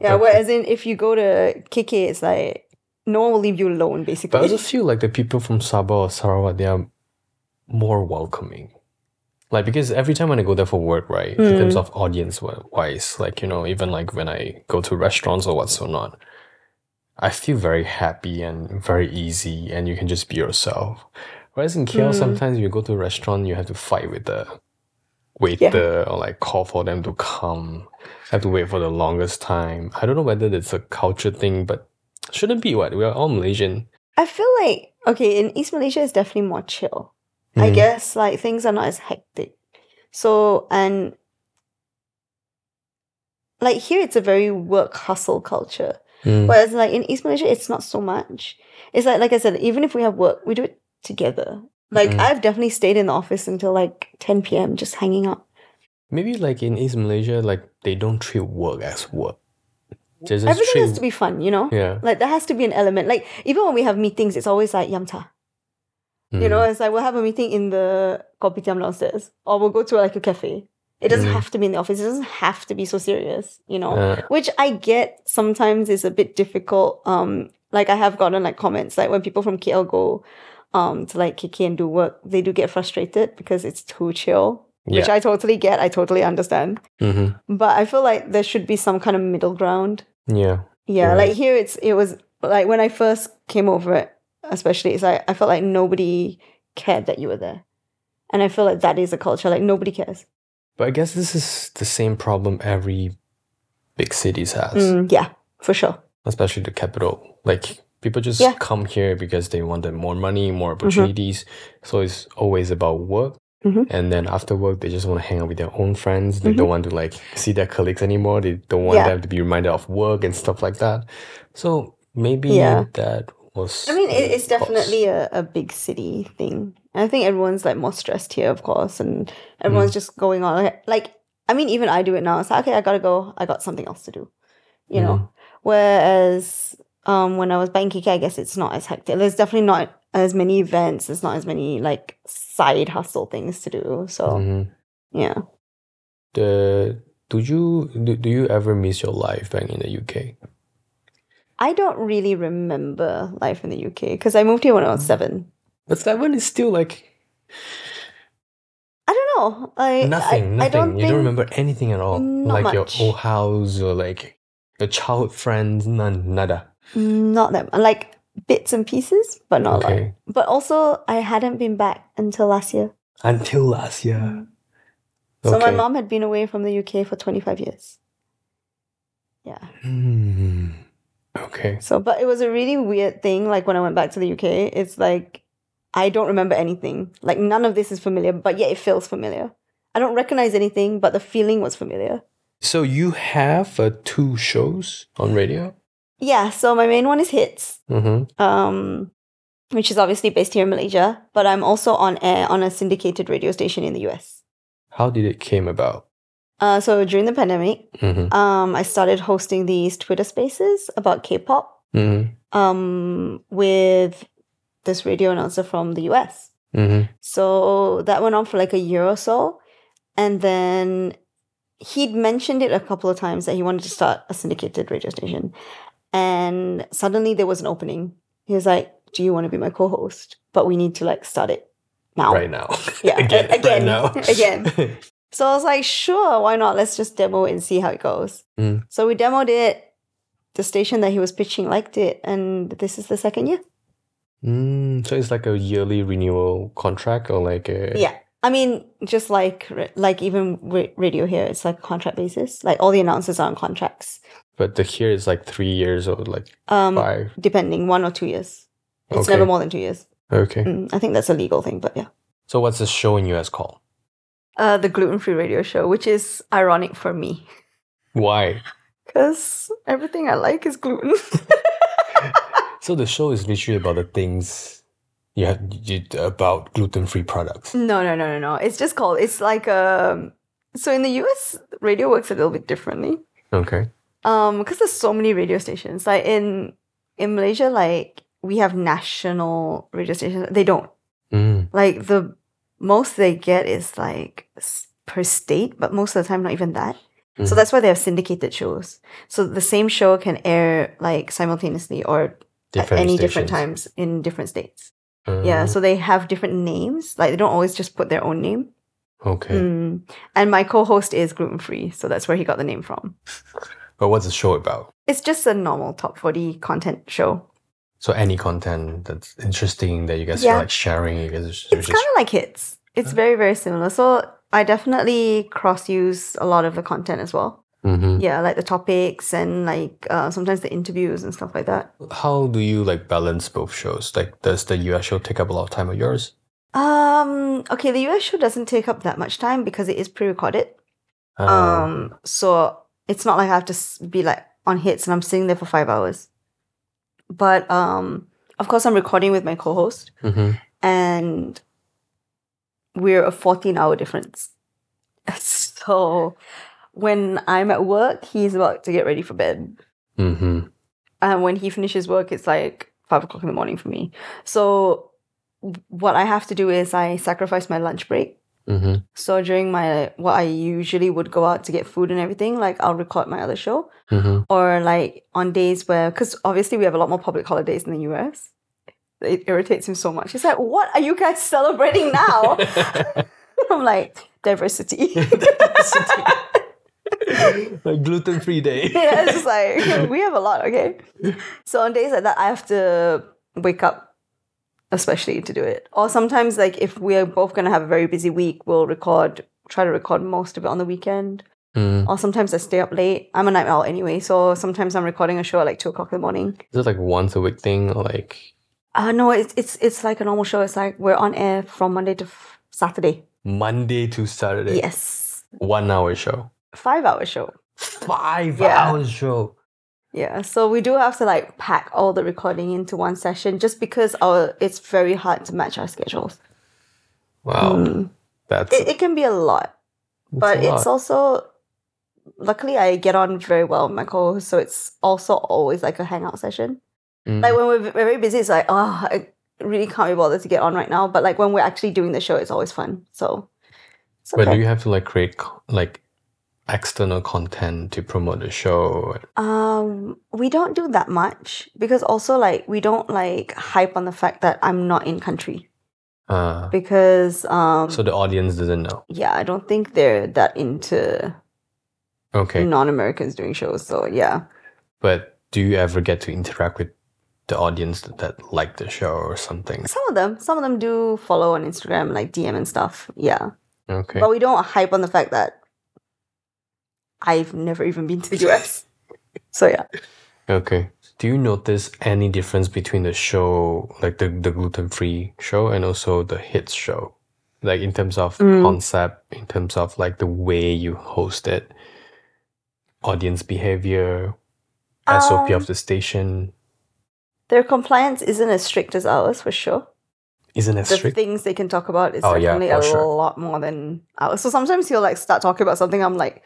Speaker 2: Yeah,
Speaker 1: Okay.
Speaker 2: whereas in if you go to Kiki, it's like no one will leave you alone,
Speaker 1: But I
Speaker 2: basically.
Speaker 1: also feel like the people from Sabah or Sarawak, they are more welcoming. Like, because every time when I go there for work, right, in terms of audience wi- wise, like, you know, even like when I go to restaurants or what's or not, I feel very happy and very easy and you can just be yourself. Whereas in KL,
Speaker 2: Mm.
Speaker 1: sometimes you go to a restaurant, you have to fight with the waiter or like call for them to come. Have to wait for the longest time. I don't know whether it's a culture thing, but shouldn't be what we are all Malaysian.
Speaker 2: I feel like okay in East Malaysia it's definitely more chill. I
Speaker 1: Mm.
Speaker 2: guess like things are not as hectic. So and like here it's a very work hustle culture.
Speaker 1: Mm.
Speaker 2: Whereas like in East Malaysia it's not so much. It's like like I said, even if we have work, we do it together. Like
Speaker 1: Mm.
Speaker 2: I've definitely stayed in the office until like ten PM just hanging out.
Speaker 1: Maybe like in East Malaysia, like they don't treat work as work. They just
Speaker 2: Everything
Speaker 1: treat-
Speaker 2: has to be fun, you know?
Speaker 1: yeah.
Speaker 2: Like there has to be an element. Like even when we have meetings, it's always like yamta. You know,
Speaker 1: Mm.
Speaker 2: it's like we'll have a meeting in the kopitiam downstairs, or we'll go to like a cafe. It doesn't
Speaker 1: Mm.
Speaker 2: have to be in the office. It doesn't have to be so serious, you know.
Speaker 1: Uh,
Speaker 2: Which I get sometimes is a bit difficult. Um, like I have gotten like comments like when people from KL go, um, to like KK and do work, they do get frustrated because it's too chill. Which I totally get. I totally understand.
Speaker 1: mhm.
Speaker 2: But I feel like there should be some kind of middle ground.
Speaker 1: Yeah.
Speaker 2: Yeah,
Speaker 1: Right.
Speaker 2: like here it's it was like when I first came over, especially it's like I felt like nobody cared that you were there, and I feel like that is a culture like nobody cares.
Speaker 1: But I guess this is the same problem every big cities has,
Speaker 2: Mm, yeah, for sure.
Speaker 1: especially the capital. Like people just
Speaker 2: Yeah. Mm-hmm.
Speaker 1: come here because they wanted more money, more opportunities. So it's always about work.
Speaker 2: Mhm.
Speaker 1: And then after work, they just want to hang out with their own friends. They don't want to like see their colleagues anymore. They don't want
Speaker 2: Mm-hmm. Yeah.
Speaker 1: them to be reminded of work and stuff like that. So maybe
Speaker 2: Yeah.
Speaker 1: that was.
Speaker 2: I mean, it,
Speaker 1: the
Speaker 2: it's
Speaker 1: cause.
Speaker 2: definitely a, a big city thing. I think everyone's like more stressed here, of course, and everyone's
Speaker 1: Mm.
Speaker 2: just going on. Like, like, I mean, even I do it now. It's like, okay, I gotta go. I got something else to do, you
Speaker 1: Mm.
Speaker 2: know. Whereas um, when I was back in KK, I guess it's not as hectic. There's definitely not as many events. There's not as many like side hustle things to do. So
Speaker 1: Mhm.
Speaker 2: yeah,
Speaker 1: The do you do, do you ever miss your life back in the UK?
Speaker 2: I don't really remember life in the UK because I moved here when I
Speaker 1: Mm.
Speaker 2: was seven.
Speaker 1: But seven is still like
Speaker 2: I don't know. I
Speaker 1: nothing,
Speaker 2: I,
Speaker 1: nothing.
Speaker 2: I don't
Speaker 1: you
Speaker 2: think
Speaker 1: don't remember anything at all.
Speaker 2: Not
Speaker 1: like
Speaker 2: much.
Speaker 1: your old house or like your childhood friends, none, nada.
Speaker 2: Not that like bits and pieces, but not a lot.
Speaker 1: Okay.
Speaker 2: But also, I hadn't been back until last year.
Speaker 1: Until last year.
Speaker 2: Mm. So my
Speaker 1: Okay.
Speaker 2: mom had been away from the UK for twenty five years. Yeah. Mm.
Speaker 1: Hmm. Okay.
Speaker 2: So, but it was a really weird thing. Like when I went back to the UK, it's like I don't remember anything. Like none of this is familiar, but yet it feels familiar. I don't recognize anything, but the feeling was familiar.
Speaker 1: So you have uh, two shows on radio?
Speaker 2: Yeah. So my main one is hits,
Speaker 1: Mm-hmm.
Speaker 2: um, which is obviously based here in Malaysia, but I'm also on air on a syndicated radio station in the US.
Speaker 1: How did it came about?
Speaker 2: Uh, so during the pandemic,
Speaker 1: Mm-hmm.
Speaker 2: um, I started hosting these Twitter spaces about K-pop
Speaker 1: Mm-hmm.
Speaker 2: um, with this radio announcer from the US.
Speaker 1: Mm-hmm.
Speaker 2: So that went on for like a year or so, and then he'd mentioned it a couple of times that he wanted to start a syndicated radio station, and suddenly there was an opening. He was like, "Do you want to be my co-host? But we need to like start it now."
Speaker 1: Right now.
Speaker 2: Yeah,
Speaker 1: again.
Speaker 2: a-
Speaker 1: Right
Speaker 2: again,
Speaker 1: now.
Speaker 2: again. So I was like, sure, why not? Let's just demo it and see how it goes.
Speaker 1: Mm.
Speaker 2: So we demoed it. The station that he was pitching liked it, and this is the second year.
Speaker 1: Mm, so it's like a yearly renewal contract or like a
Speaker 2: Yeah. I mean, just like like even ra- radio here, it's like contract basis. Like all the announcers are on contracts,
Speaker 1: but the here is like three years or like
Speaker 2: um,
Speaker 1: five.
Speaker 2: depending one or two years. It's
Speaker 1: Okay.
Speaker 2: never more than two years.
Speaker 1: Okay.
Speaker 2: Mm, I think that's a legal thing, but yeah.
Speaker 1: So what's the show in US called?
Speaker 2: Uh, the gluten free radio show, which is ironic for me
Speaker 1: Why?
Speaker 2: because everything I like is gluten.
Speaker 1: So the show is literally about the things you have you, about gluten free products.
Speaker 2: No, no, no, no, no. It's just called. It's like um. So in the US, radio works a little bit differently.
Speaker 1: Okay.
Speaker 2: Um, because there's so many radio stations. Like in in Malaysia, like we have national radio stations. They don't
Speaker 1: Mm.
Speaker 2: like the most they get is like s- per state, but most of the time not even that. So
Speaker 1: Mhm.
Speaker 2: that's why they have syndicated shows. So the same show can air like simultaneously or at any different
Speaker 1: stations.
Speaker 2: times in different states.
Speaker 1: Uh,
Speaker 2: Yeah, so they have different names. Like they don't always just put their own name.
Speaker 1: okay.
Speaker 2: Mm. And my co-host is gluten free, so that's where he got the name from.
Speaker 1: But what's the show about?
Speaker 2: It's just a normal top forty content show.
Speaker 1: So any content that's interesting that you guys
Speaker 2: Yeah.
Speaker 1: are like sharing, you guys are
Speaker 2: It's kind of like hits. It's very very similar. So I definitely cross use a lot of the content as well.
Speaker 1: Mm-hmm.
Speaker 2: Yeah, like the topics and like uh, sometimes the interviews and stuff like that.
Speaker 1: How do you like balance both shows? Like, does the US show take up a lot of time of yours?
Speaker 2: Um, okay, the US show doesn't take up that much time because it is pre recorded.
Speaker 1: Uh,
Speaker 2: Um, so it's not like I have to s- be like on hits and I'm sitting there for five hours. But um, of course, I'm recording with my co host
Speaker 1: mhm.
Speaker 2: and we're a 14 hour difference. So when I'm at work, he's about to get ready for bed.
Speaker 1: Mhm.
Speaker 2: And when he finishes work, it's like five o'clock in the morning for me. So what I have to do is I sacrifice my lunch break.
Speaker 1: Mhm.
Speaker 2: So during my what I usually would go out to get food and everything, like I'll record my other show
Speaker 1: Mhm.
Speaker 2: or like on days where because obviously we have a lot more public holidays in the US. It irritates him so much. He's like, "What are you guys celebrating now?" I'm like, "Diversity."
Speaker 1: Mm-hmm. like gluten free day.
Speaker 2: yeah, it's just like we have a lot, okay? So on days like that, I have to wake up, especially to do it. Or sometimes, like if we are both gonna have a very busy week, we'll record, try to record most of it on the weekend.
Speaker 1: Mm.
Speaker 2: Or sometimes I stay up late. I'm a night owl anyway, so sometimes I'm recording a show at like two o'clock in the morning.
Speaker 1: Is it like once a week thing? Or like
Speaker 2: Uh no, it's it's it's like a normal show. It's like we're on air from Monday to f- Saturday.
Speaker 1: Monday to Saturday?
Speaker 2: Yes,
Speaker 1: One hour show.
Speaker 2: five hour show.
Speaker 1: Five
Speaker 2: Yeah.
Speaker 1: hours show.
Speaker 2: Yeah, so we do have to like pack all the recording into one session just because our it's very hard to match our schedules.
Speaker 1: Wow.
Speaker 2: Mm.
Speaker 1: That's,
Speaker 2: It, it can be a lot, but
Speaker 1: that's Oh. a
Speaker 2: it's
Speaker 1: lot.
Speaker 2: also luckily I get on very well with my co-host, so it's also always like a hangout session.
Speaker 1: Mm.
Speaker 2: Like when we're v- very busy, it's like oh, I really can't be bothered to get on right now. But like when we're actually doing the show, it's always fun. So, it's
Speaker 1: But do
Speaker 2: okay.
Speaker 1: you have to like create co- like external content to promote the show?
Speaker 2: um, we don't do that much because also like we don't like hype on the fact that I'm not in country.
Speaker 1: Uh,
Speaker 2: because um
Speaker 1: so the audience doesn't know.
Speaker 2: yeah i don't think they're that into Mm.
Speaker 1: Okay.
Speaker 2: non-americans doing shows so yeah
Speaker 1: But do you ever get to interact with the audience that, that like the show or something?
Speaker 2: some of them some of them do follow on instagram like dm and stuff yeah
Speaker 1: Okay.
Speaker 2: but we don't hype on the fact that i've never even been to the us so yeah
Speaker 1: Okay. Do you notice any difference between the show, like the, the gluten free show, and also the hits show? Like in terms of
Speaker 2: Mm.
Speaker 1: concept, in terms of like the way you host it, audience behavior, SOP
Speaker 2: Um,
Speaker 1: of the station
Speaker 2: their compliance isn't as strict as ours for sure
Speaker 1: isn't as
Speaker 2: the
Speaker 1: strict.
Speaker 2: things they can talk about is
Speaker 1: Oh, yeah,
Speaker 2: definitely
Speaker 1: for
Speaker 2: a
Speaker 1: sure.
Speaker 2: lot more than ours. So sometimes he'll like start talking about something. I'm like,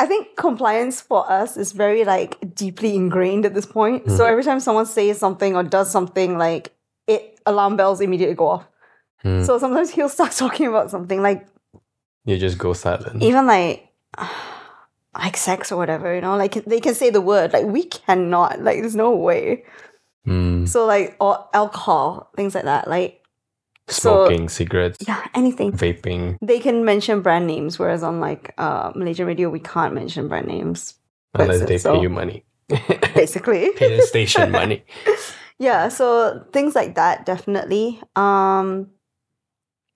Speaker 2: I think compliance for us is very like deeply ingrained at this point. So
Speaker 1: Mhm.
Speaker 2: every time someone says something or does something, like it alarm bells immediately go off.
Speaker 1: Hmm.
Speaker 2: So sometimes he'll start talking about something like
Speaker 1: you just go silent.
Speaker 2: even like like sex or whatever. You know, like they can say the word like we cannot. Like there's no way.
Speaker 1: Hmm.
Speaker 2: So like or alcohol things like that. Like so-
Speaker 1: Smoking, cigarettes,
Speaker 2: yeah, anything.
Speaker 1: vaping.
Speaker 2: they can mention brand names, whereas on like uh, Malaysian radio, we can't mention brand names, That's
Speaker 1: Unless
Speaker 2: it,
Speaker 1: they pay
Speaker 2: so-
Speaker 1: you money.
Speaker 2: basically.
Speaker 1: pay the station money.
Speaker 2: yeah, so things like that definitely. Um,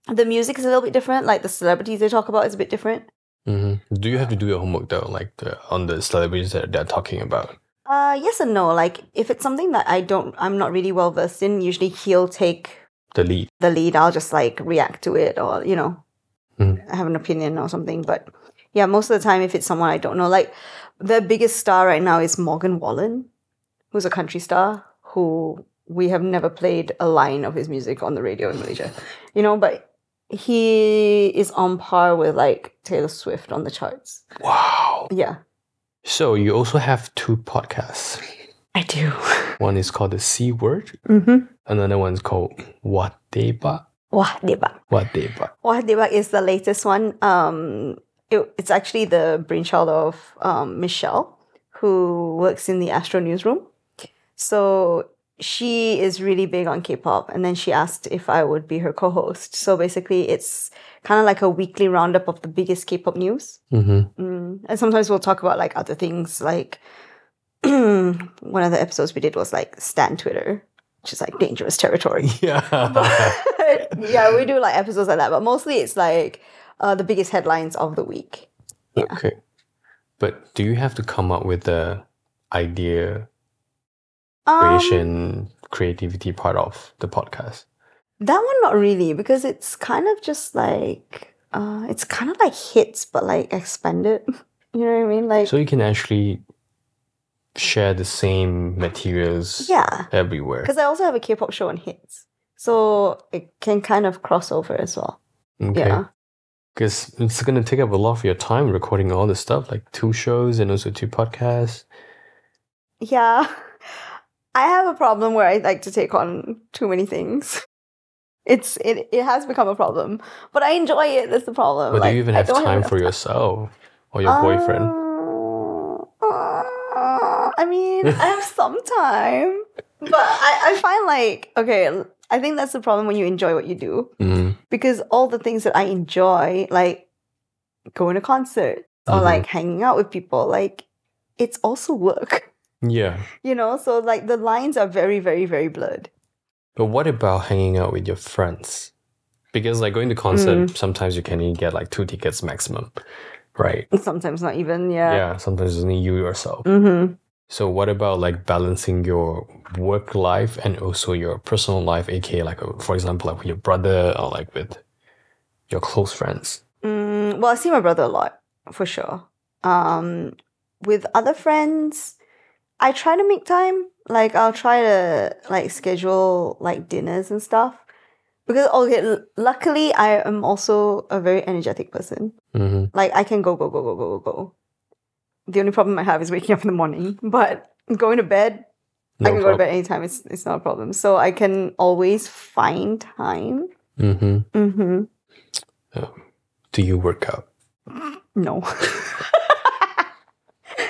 Speaker 2: the music is a little bit different. Like the celebrities they talk about is a bit different.
Speaker 1: hmm Do you have to do your homework though, like the, on the celebrities that they're talking about?
Speaker 2: Uh, yes and no. Like if it's something that I don't, I'm not really well versed in. Usually he'll take
Speaker 1: The lead.
Speaker 2: the lead. I'll just like react to it, or you know,
Speaker 1: Mm.
Speaker 2: I have an opinion or something. But yeah, most of the time, if it's someone I don't know, like the biggest star right now is Morgan Wallen, who's a country star who we have never played a line of his music on the radio in Malaysia, you know, but he is on par with like Taylor Swift on the charts.
Speaker 1: Wow.
Speaker 2: Yeah,
Speaker 1: So you also have two podcasts.
Speaker 2: I do.
Speaker 1: One is called the C Word.
Speaker 2: mm-hmm.
Speaker 1: Another one is called Wateba.
Speaker 2: Wah Debak.
Speaker 1: Wateba.
Speaker 2: Wah Debak is the latest one. Um, it, it's actually the brainchild of um, Michelle, who works in the Astro newsroom. So she is really big on K-pop, and then she asked if I would be her co-host. So basically, it's kind of like a weekly roundup of the biggest K-pop news,
Speaker 1: Mm-hmm.
Speaker 2: mm. and sometimes we'll talk about like other things. Like one of the episodes we did was like Stan Twitter, which is like dangerous territory
Speaker 1: Yeah.
Speaker 2: yeah, we do like episodes like that, but mostly it's like uh, the biggest headlines of the week.
Speaker 1: Okay. But do you have to come up with the idea
Speaker 2: Um,
Speaker 1: creation creativity part of the podcast?
Speaker 2: That one, not really, because it's kind of just like uh, it's kind of like hits, but like expanded. You know what I mean? Like,
Speaker 1: So you can actually share the same materials
Speaker 2: yeah,
Speaker 1: everywhere.
Speaker 2: because I also have a K-pop show on hits, so it can kind of cross over as well. Yeah,
Speaker 1: Because it's going to take up a lot of your time recording all this stuff, like two shows and also two podcasts.
Speaker 2: yeah. I have a problem where I like to take on too many things. It's it it has become a problem, but I enjoy it. That's the problem.
Speaker 1: But
Speaker 2: Like,
Speaker 1: do you even
Speaker 2: I
Speaker 1: have
Speaker 2: don't
Speaker 1: time
Speaker 2: enough Um,
Speaker 1: for yourself or your boyfriend?
Speaker 2: Uh, uh, I mean, I have some time, but I, I find like okay. I think that's the problem when you enjoy what you do
Speaker 1: Mm.
Speaker 2: because all the things that I enjoy, like going to concerts or
Speaker 1: Mhm.
Speaker 2: like hanging out with people, like it's also work,
Speaker 1: Yeah.
Speaker 2: you know. So like the lines are very, very, very blurred.
Speaker 1: But what about hanging out with your friends? Because like going to concert,
Speaker 2: Hmm.
Speaker 1: sometimes you can only get like two tickets maximum, right?
Speaker 2: Sometimes not even, yeah.
Speaker 1: yeah, sometimes it's only you yourself.
Speaker 2: Mm-hmm.
Speaker 1: So what about like balancing your work life and also your personal life, aka like uh, for example like with your brother or like with your close friends?
Speaker 2: Mm, well, I see my brother a lot for sure. Um, with other friends, I try to make time. Like I'll try to like schedule like dinners and stuff. Because okay, l- luckily I am also a very energetic person.
Speaker 1: Mm-hmm.
Speaker 2: Like I can go go go go go go go. The only problem I have is waking up in the morning, but going to bed, I can go to bed anytime. It's it's not a problem. So I can always find time.
Speaker 1: Mm-hmm.
Speaker 2: Mm-hmm.
Speaker 1: Do you work out?
Speaker 2: No.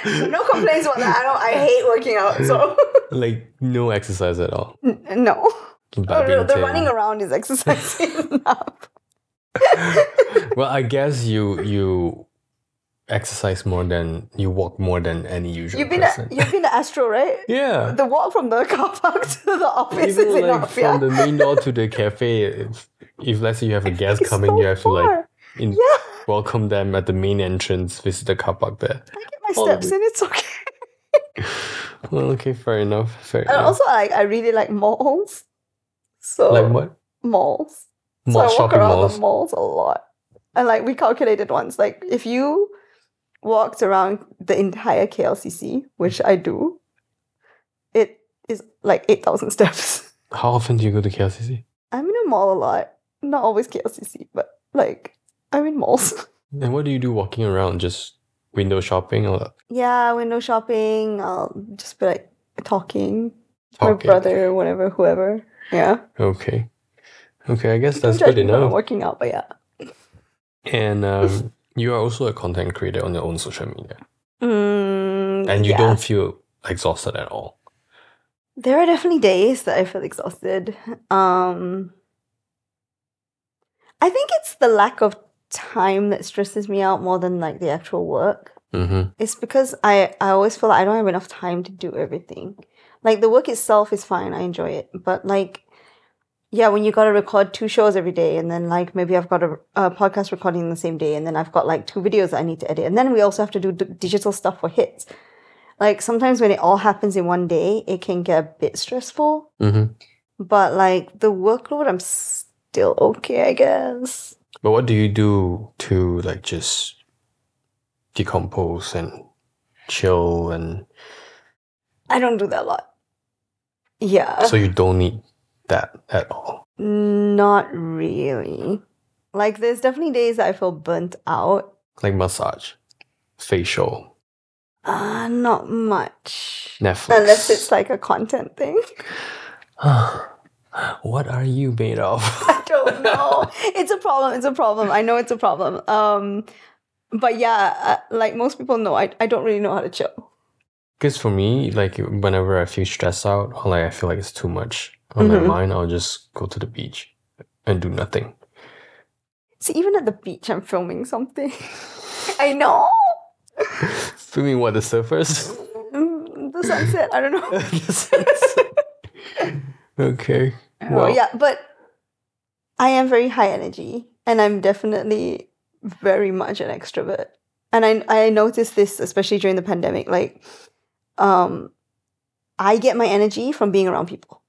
Speaker 2: no complaints about that. I don't. I hate working out. So
Speaker 1: Like no exercise at all.
Speaker 2: N- no. Oh, no,
Speaker 1: Badminton.
Speaker 2: the running around is exercising enough.
Speaker 1: well, I guess you you exercise more than you walk more than any usual
Speaker 2: You've been a,
Speaker 1: person.
Speaker 2: you've been to Astro, right?
Speaker 1: yeah.
Speaker 2: The walk from the car park to the office
Speaker 1: Uh, Even
Speaker 2: is
Speaker 1: like
Speaker 2: enough.
Speaker 1: from
Speaker 2: yeah.
Speaker 1: the main door to the cafe, if, if let's say you have a guest
Speaker 2: It's
Speaker 1: coming,
Speaker 2: so
Speaker 1: you have to like
Speaker 2: far.
Speaker 1: in,
Speaker 2: yeah,
Speaker 1: welcome them at the main entrance, visit the car park there.
Speaker 2: get my
Speaker 1: all the
Speaker 2: steps
Speaker 1: way.
Speaker 2: in. It's okay.
Speaker 1: Well, okay, fair enough. Fair
Speaker 2: And
Speaker 1: enough.
Speaker 2: also, like I really like malls. So
Speaker 1: like what?
Speaker 2: malls. So
Speaker 1: Mall
Speaker 2: I walk
Speaker 1: shopping
Speaker 2: around
Speaker 1: malls.
Speaker 2: the malls a lot. And like we calculated once, like if you walked around the entire KLCC, which I do, it is like 8,000 steps.
Speaker 1: How often do you go to KLCC?
Speaker 2: I'm in a mall a lot. Not always KLCC, but like I'm in malls.
Speaker 1: And what do you do walking around? Just window shopping or
Speaker 2: yeah, window shopping. I'll just be like talking. My
Speaker 1: talking?
Speaker 2: brother, whatever, whoever. Yeah.
Speaker 1: Okay. Okay, I guess
Speaker 2: Don't
Speaker 1: that's
Speaker 2: judge
Speaker 1: good
Speaker 2: me for not
Speaker 1: enough.
Speaker 2: working out, but yeah.
Speaker 1: And um, you are also a content creator on your own social media,
Speaker 2: Mm,
Speaker 1: and you
Speaker 2: yeah.
Speaker 1: don't feel exhausted at all.
Speaker 2: There are definitely days that I feel exhausted. Um, I think it's the lack of time that stresses me out more than like the actual work.
Speaker 1: Mm-hmm.
Speaker 2: It's because I, I always feel like I don't have enough time to do everything. Like the work itself is fine, I enjoy it. But like, yeah, when you got to record two shows every day, and then like maybe I've got a, a podcast recording the same day, and then I've got like two videos that I need to edit, and then we also have to do d- digital stuff for hits. Like sometimes when it all happens in one day, it can get a bit stressful
Speaker 1: Mm-hmm.
Speaker 2: but like the workload i'm still okay i guess
Speaker 1: But what do you do to like just decompose and chill and
Speaker 2: i don't do that a lot yeah
Speaker 1: so you don't need that at all?
Speaker 2: not really like there's definitely days that i feel burnt out
Speaker 1: Like massage, facial,
Speaker 2: uh not much
Speaker 1: Netflix.
Speaker 2: unless it's like a content thing
Speaker 1: what are you made of?
Speaker 2: i don't know it's a problem it's a problem i know it's a problem um but yeah uh, like most people know I, I don't really know how to chill
Speaker 1: Because for me, like whenever I feel stressed out or like I feel like it's too much on my
Speaker 2: Mhm.
Speaker 1: mind, I'll just go to the beach and do nothing.
Speaker 2: see even at the beach i'm filming something i know
Speaker 1: Filming what the surfers.
Speaker 2: Mm, the sunset. I don't know.
Speaker 1: okay.
Speaker 2: Oh, yeah, but I am very high energy, and I'm definitely very much an extrovert. And I I noticed this especially during the pandemic. Like, um, I get my energy from being around people.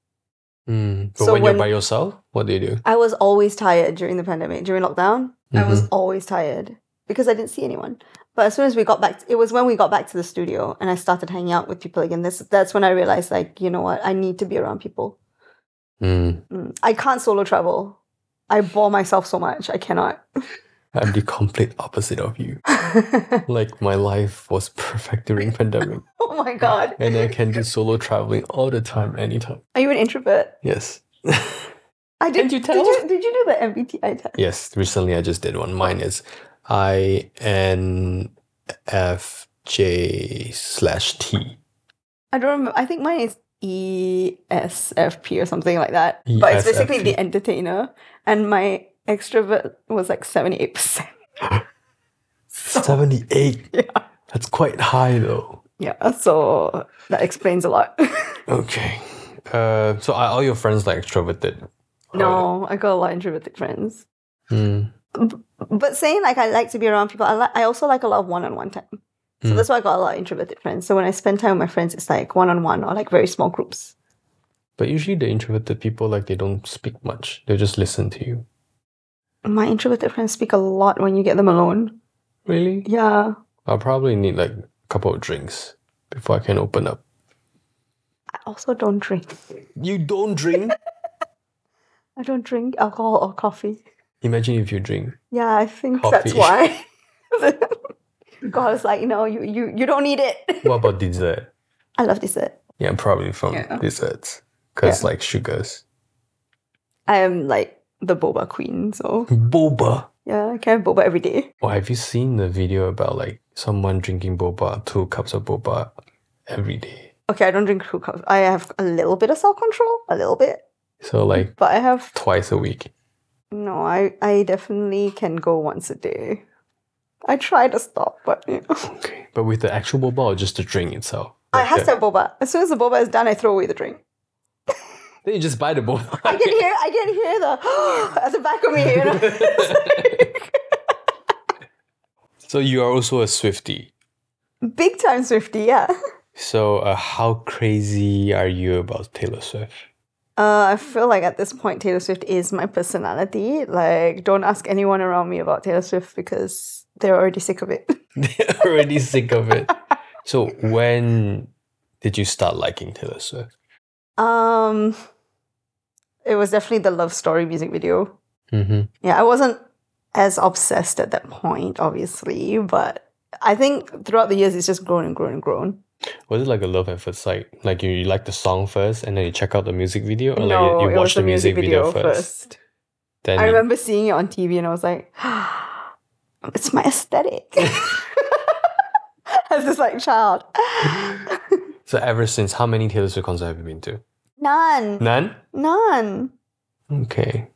Speaker 1: Mm. But
Speaker 2: So
Speaker 1: when,
Speaker 2: when-
Speaker 1: you're by yourself, what do you do?
Speaker 2: I was always tired during the pandemic, during lockdown. I was
Speaker 1: Mhm.
Speaker 2: always tired because I didn't see anyone. But as soon as we got back, it was when we got back to the studio and I started hanging out with people again. This that's when I realized, like, you know what, I need to be around people.
Speaker 1: Mm.
Speaker 2: Mm. I can't solo travel. I bore myself so much. I cannot.
Speaker 1: I'm the complete opposite of you.
Speaker 2: oh
Speaker 1: Like my life was perfect during pandemic,
Speaker 2: my god.
Speaker 1: and I can do solo traveling all the time, anytime.
Speaker 2: Are you an introvert?
Speaker 1: Yes.
Speaker 2: I did.
Speaker 1: Can't you
Speaker 2: Did
Speaker 1: tell?
Speaker 2: you, did you do the MBTI test?
Speaker 1: Yes, recently I just did one. Mine is INFJ slash T.
Speaker 2: I don't remember. I think mine is E ESFP or something like that. But it's basically
Speaker 1: ESFP.
Speaker 2: the entertainer. And my extrovert was like 78%.
Speaker 1: 78.
Speaker 2: Yeah.
Speaker 1: That's quite high though.
Speaker 2: Yeah. So that explains a lot.
Speaker 1: Okay. Uh, so are all your friends like extroverted?
Speaker 2: no, I got a lot of introverted friends.
Speaker 1: Hmm.
Speaker 2: But saying like I like to be around people, I, li- I also like a lot of one on one time. So
Speaker 1: Mm.
Speaker 2: that's why I got a lot of introverted friends. So when I spend time with my friends, it's like one on one or like very small groups.
Speaker 1: But usually the introverted people like they don't speak much. They just listen to you.
Speaker 2: My introverted friends speak a lot when you get them alone.
Speaker 1: Really?
Speaker 2: Yeah.
Speaker 1: I'll probably need like a couple of drinks before I can open up.
Speaker 2: I also don't drink.
Speaker 1: You don't drink?
Speaker 2: I don't drink alcohol or coffee.
Speaker 1: Imagine if you drink.
Speaker 2: Yeah, I think that's
Speaker 1: Coffee.
Speaker 2: why. God is like, no, you, you, you don't need it.
Speaker 1: What about dessert?
Speaker 2: I love dessert.
Speaker 1: Yeah, probably from
Speaker 2: Yeah.
Speaker 1: desserts. Because like sugars.
Speaker 2: I am like the boba queen, so
Speaker 1: Boba.
Speaker 2: yeah, I can have boba every day.
Speaker 1: Or have you seen the video about like someone drinking boba, two cups of boba every day?
Speaker 2: Okay, I don't drink two cups. I have a little bit of self control, a little bit,
Speaker 1: So like
Speaker 2: but I have
Speaker 1: twice a week.
Speaker 2: no. I I definitely can go once a day. I try to stop, but you know.
Speaker 1: Okay. But with the actual boba or just the drink itself?
Speaker 2: I
Speaker 1: Like
Speaker 2: have
Speaker 1: the-
Speaker 2: to have boba. As soon as the boba is done, I throw away the drink.
Speaker 1: Then you just buy the boba.
Speaker 2: I can hear I can hear the at the back of me, you know.
Speaker 1: so you are also a Swifty.
Speaker 2: Big time Swifty, yeah.
Speaker 1: So uh, how crazy are you about Taylor Swift?
Speaker 2: Uh, I feel like at this point, Taylor Swift is my personality. Like, don't ask anyone around me about Taylor Swift because they're already sick of it.
Speaker 1: They're already sick of it. So when did you start liking Taylor Swift?
Speaker 2: Um, it was definitely the love story music video.
Speaker 1: Mm-hmm.
Speaker 2: Yeah, I wasn't as obsessed at that point, obviously, but I think throughout the years, it's just grown and grown and grown.
Speaker 1: Was it like a love at first sight? Like you, you like the song first and then you check out the music video? Or
Speaker 2: no,
Speaker 1: Oh, like you, you
Speaker 2: it
Speaker 1: watch
Speaker 2: was
Speaker 1: the music video, first? Then
Speaker 2: I
Speaker 1: you-
Speaker 2: remember seeing it on TV and I was like, it's my aesthetic. As this like child.
Speaker 1: so ever since, how many Taylor Swift concerts have you been to?
Speaker 2: None.
Speaker 1: None?
Speaker 2: None.
Speaker 1: Okay.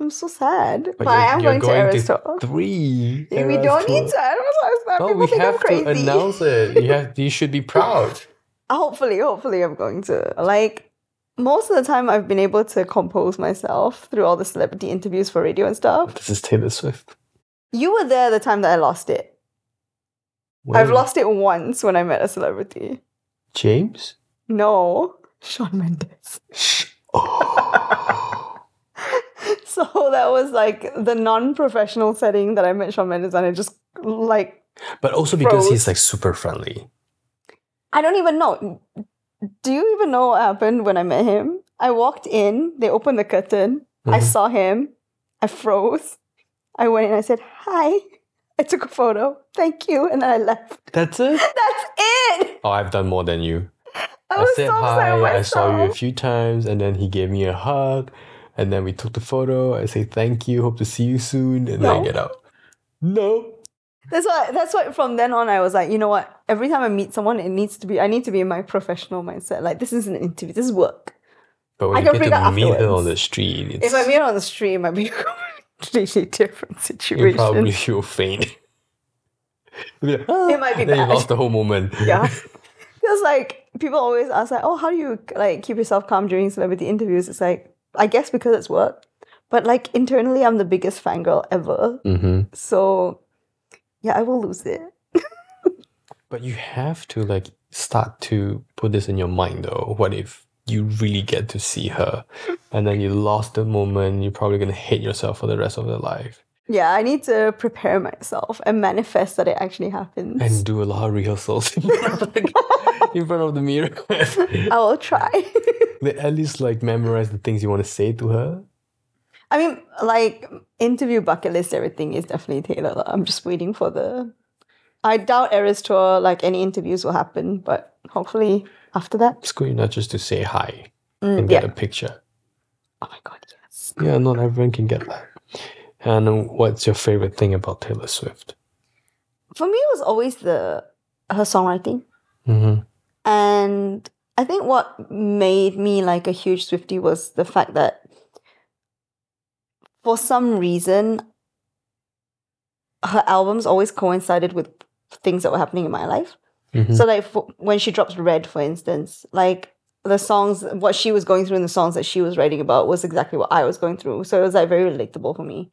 Speaker 2: I'm so sad. But,
Speaker 1: you're-
Speaker 2: I am
Speaker 1: you're
Speaker 2: going, to
Speaker 1: going to
Speaker 2: Aristotle.
Speaker 1: Three.
Speaker 2: we don't need to Aristotle. People
Speaker 1: Oh, we
Speaker 2: think I'm
Speaker 1: have to
Speaker 2: crazy.
Speaker 1: announce it. You have. You should be proud.
Speaker 2: Hopefully, hopefully I'm going to. Like most of the time I've been able to compose myself through all the celebrity interviews for radio and stuff.
Speaker 1: This is Taylor Swift.
Speaker 2: You were there the time that I lost it. I've
Speaker 1: Wait,
Speaker 2: lost it once when I met a celebrity.
Speaker 1: James.
Speaker 2: No. Sean Mendes.
Speaker 1: Oh.
Speaker 2: So that was like the non-professional setting that I met Shawn Mendes and I just like
Speaker 1: but also because
Speaker 2: Froze.
Speaker 1: he's like super friendly.
Speaker 2: I don't even know. Do you even know what happened when I met him? I walked in, they opened the curtain, I
Speaker 1: Mhm.
Speaker 2: saw him, I froze, I went in, I said, Hi. I took a photo, thank you, and then I left.
Speaker 1: That's it.
Speaker 2: That's it!
Speaker 1: Oh, I've done more than you.
Speaker 2: I was
Speaker 1: said
Speaker 2: so upset with
Speaker 1: hi. I
Speaker 2: myself.
Speaker 1: saw you a few times, and then he gave me a hug, and then we took the photo. I say thank you. Hope to see you soon, and then I
Speaker 2: No.
Speaker 1: get out. No.
Speaker 2: That's why that's why from then on I was like, you know what? Every time I meet someone, it needs to be I need to be in my professional mindset. Like this isn't an interview, this is work.
Speaker 1: But
Speaker 2: I
Speaker 1: when you
Speaker 2: can
Speaker 1: get
Speaker 2: freak
Speaker 1: to
Speaker 2: out
Speaker 1: meet her on
Speaker 2: afterwards.
Speaker 1: the street, it's,
Speaker 2: If I meet her on the street, it might be a completely different
Speaker 1: you
Speaker 2: situation.
Speaker 1: probably will faint. You'll be like, "Ah,"
Speaker 2: It might be
Speaker 1: then
Speaker 2: bad.
Speaker 1: you lost the whole moment.
Speaker 2: Yeah. Because like people always ask like, oh, how do you like keep yourself calm during celebrity interviews? It's like I guess because it's work. But like internally, I'm the biggest fangirl ever.
Speaker 1: Mm-hmm.
Speaker 2: So yeah, I will lose it.
Speaker 1: But you have to like start to put this in your mind though. What if you really get to see her and then you lost the moment? You're probably going to hate yourself for the rest of your life
Speaker 2: Yeah, I need to prepare myself and manifest that it actually happens.
Speaker 1: and do a lot of rehearsals in front of the, in front of the mirror.
Speaker 2: I will try.
Speaker 1: At least like memorize the things you want to say to her.
Speaker 2: I mean, like interview bucket list, everything is definitely Taylor. lah. I'm just waiting for the. I doubt Eras tour, like any interviews will happen, but hopefully after that.
Speaker 1: It's good enough just to say hi
Speaker 2: Mm,
Speaker 1: and
Speaker 2: yeah.
Speaker 1: get a picture.
Speaker 2: Oh my god, yes.
Speaker 1: Yeah, not everyone can get that. And what's your favorite thing about Taylor Swift?
Speaker 2: For me, it was always the her songwriting,
Speaker 1: Mm-hmm.
Speaker 2: and I think what made me like a huge Swifty was the fact that for some reason her albums always coincided with things that were happening in my life.
Speaker 1: Mm-hmm.
Speaker 2: So like for, when she drops Red, for instance, like the songs, what she was going through in the songs that she was writing about was exactly what I was going through. So it was like very relatable for me.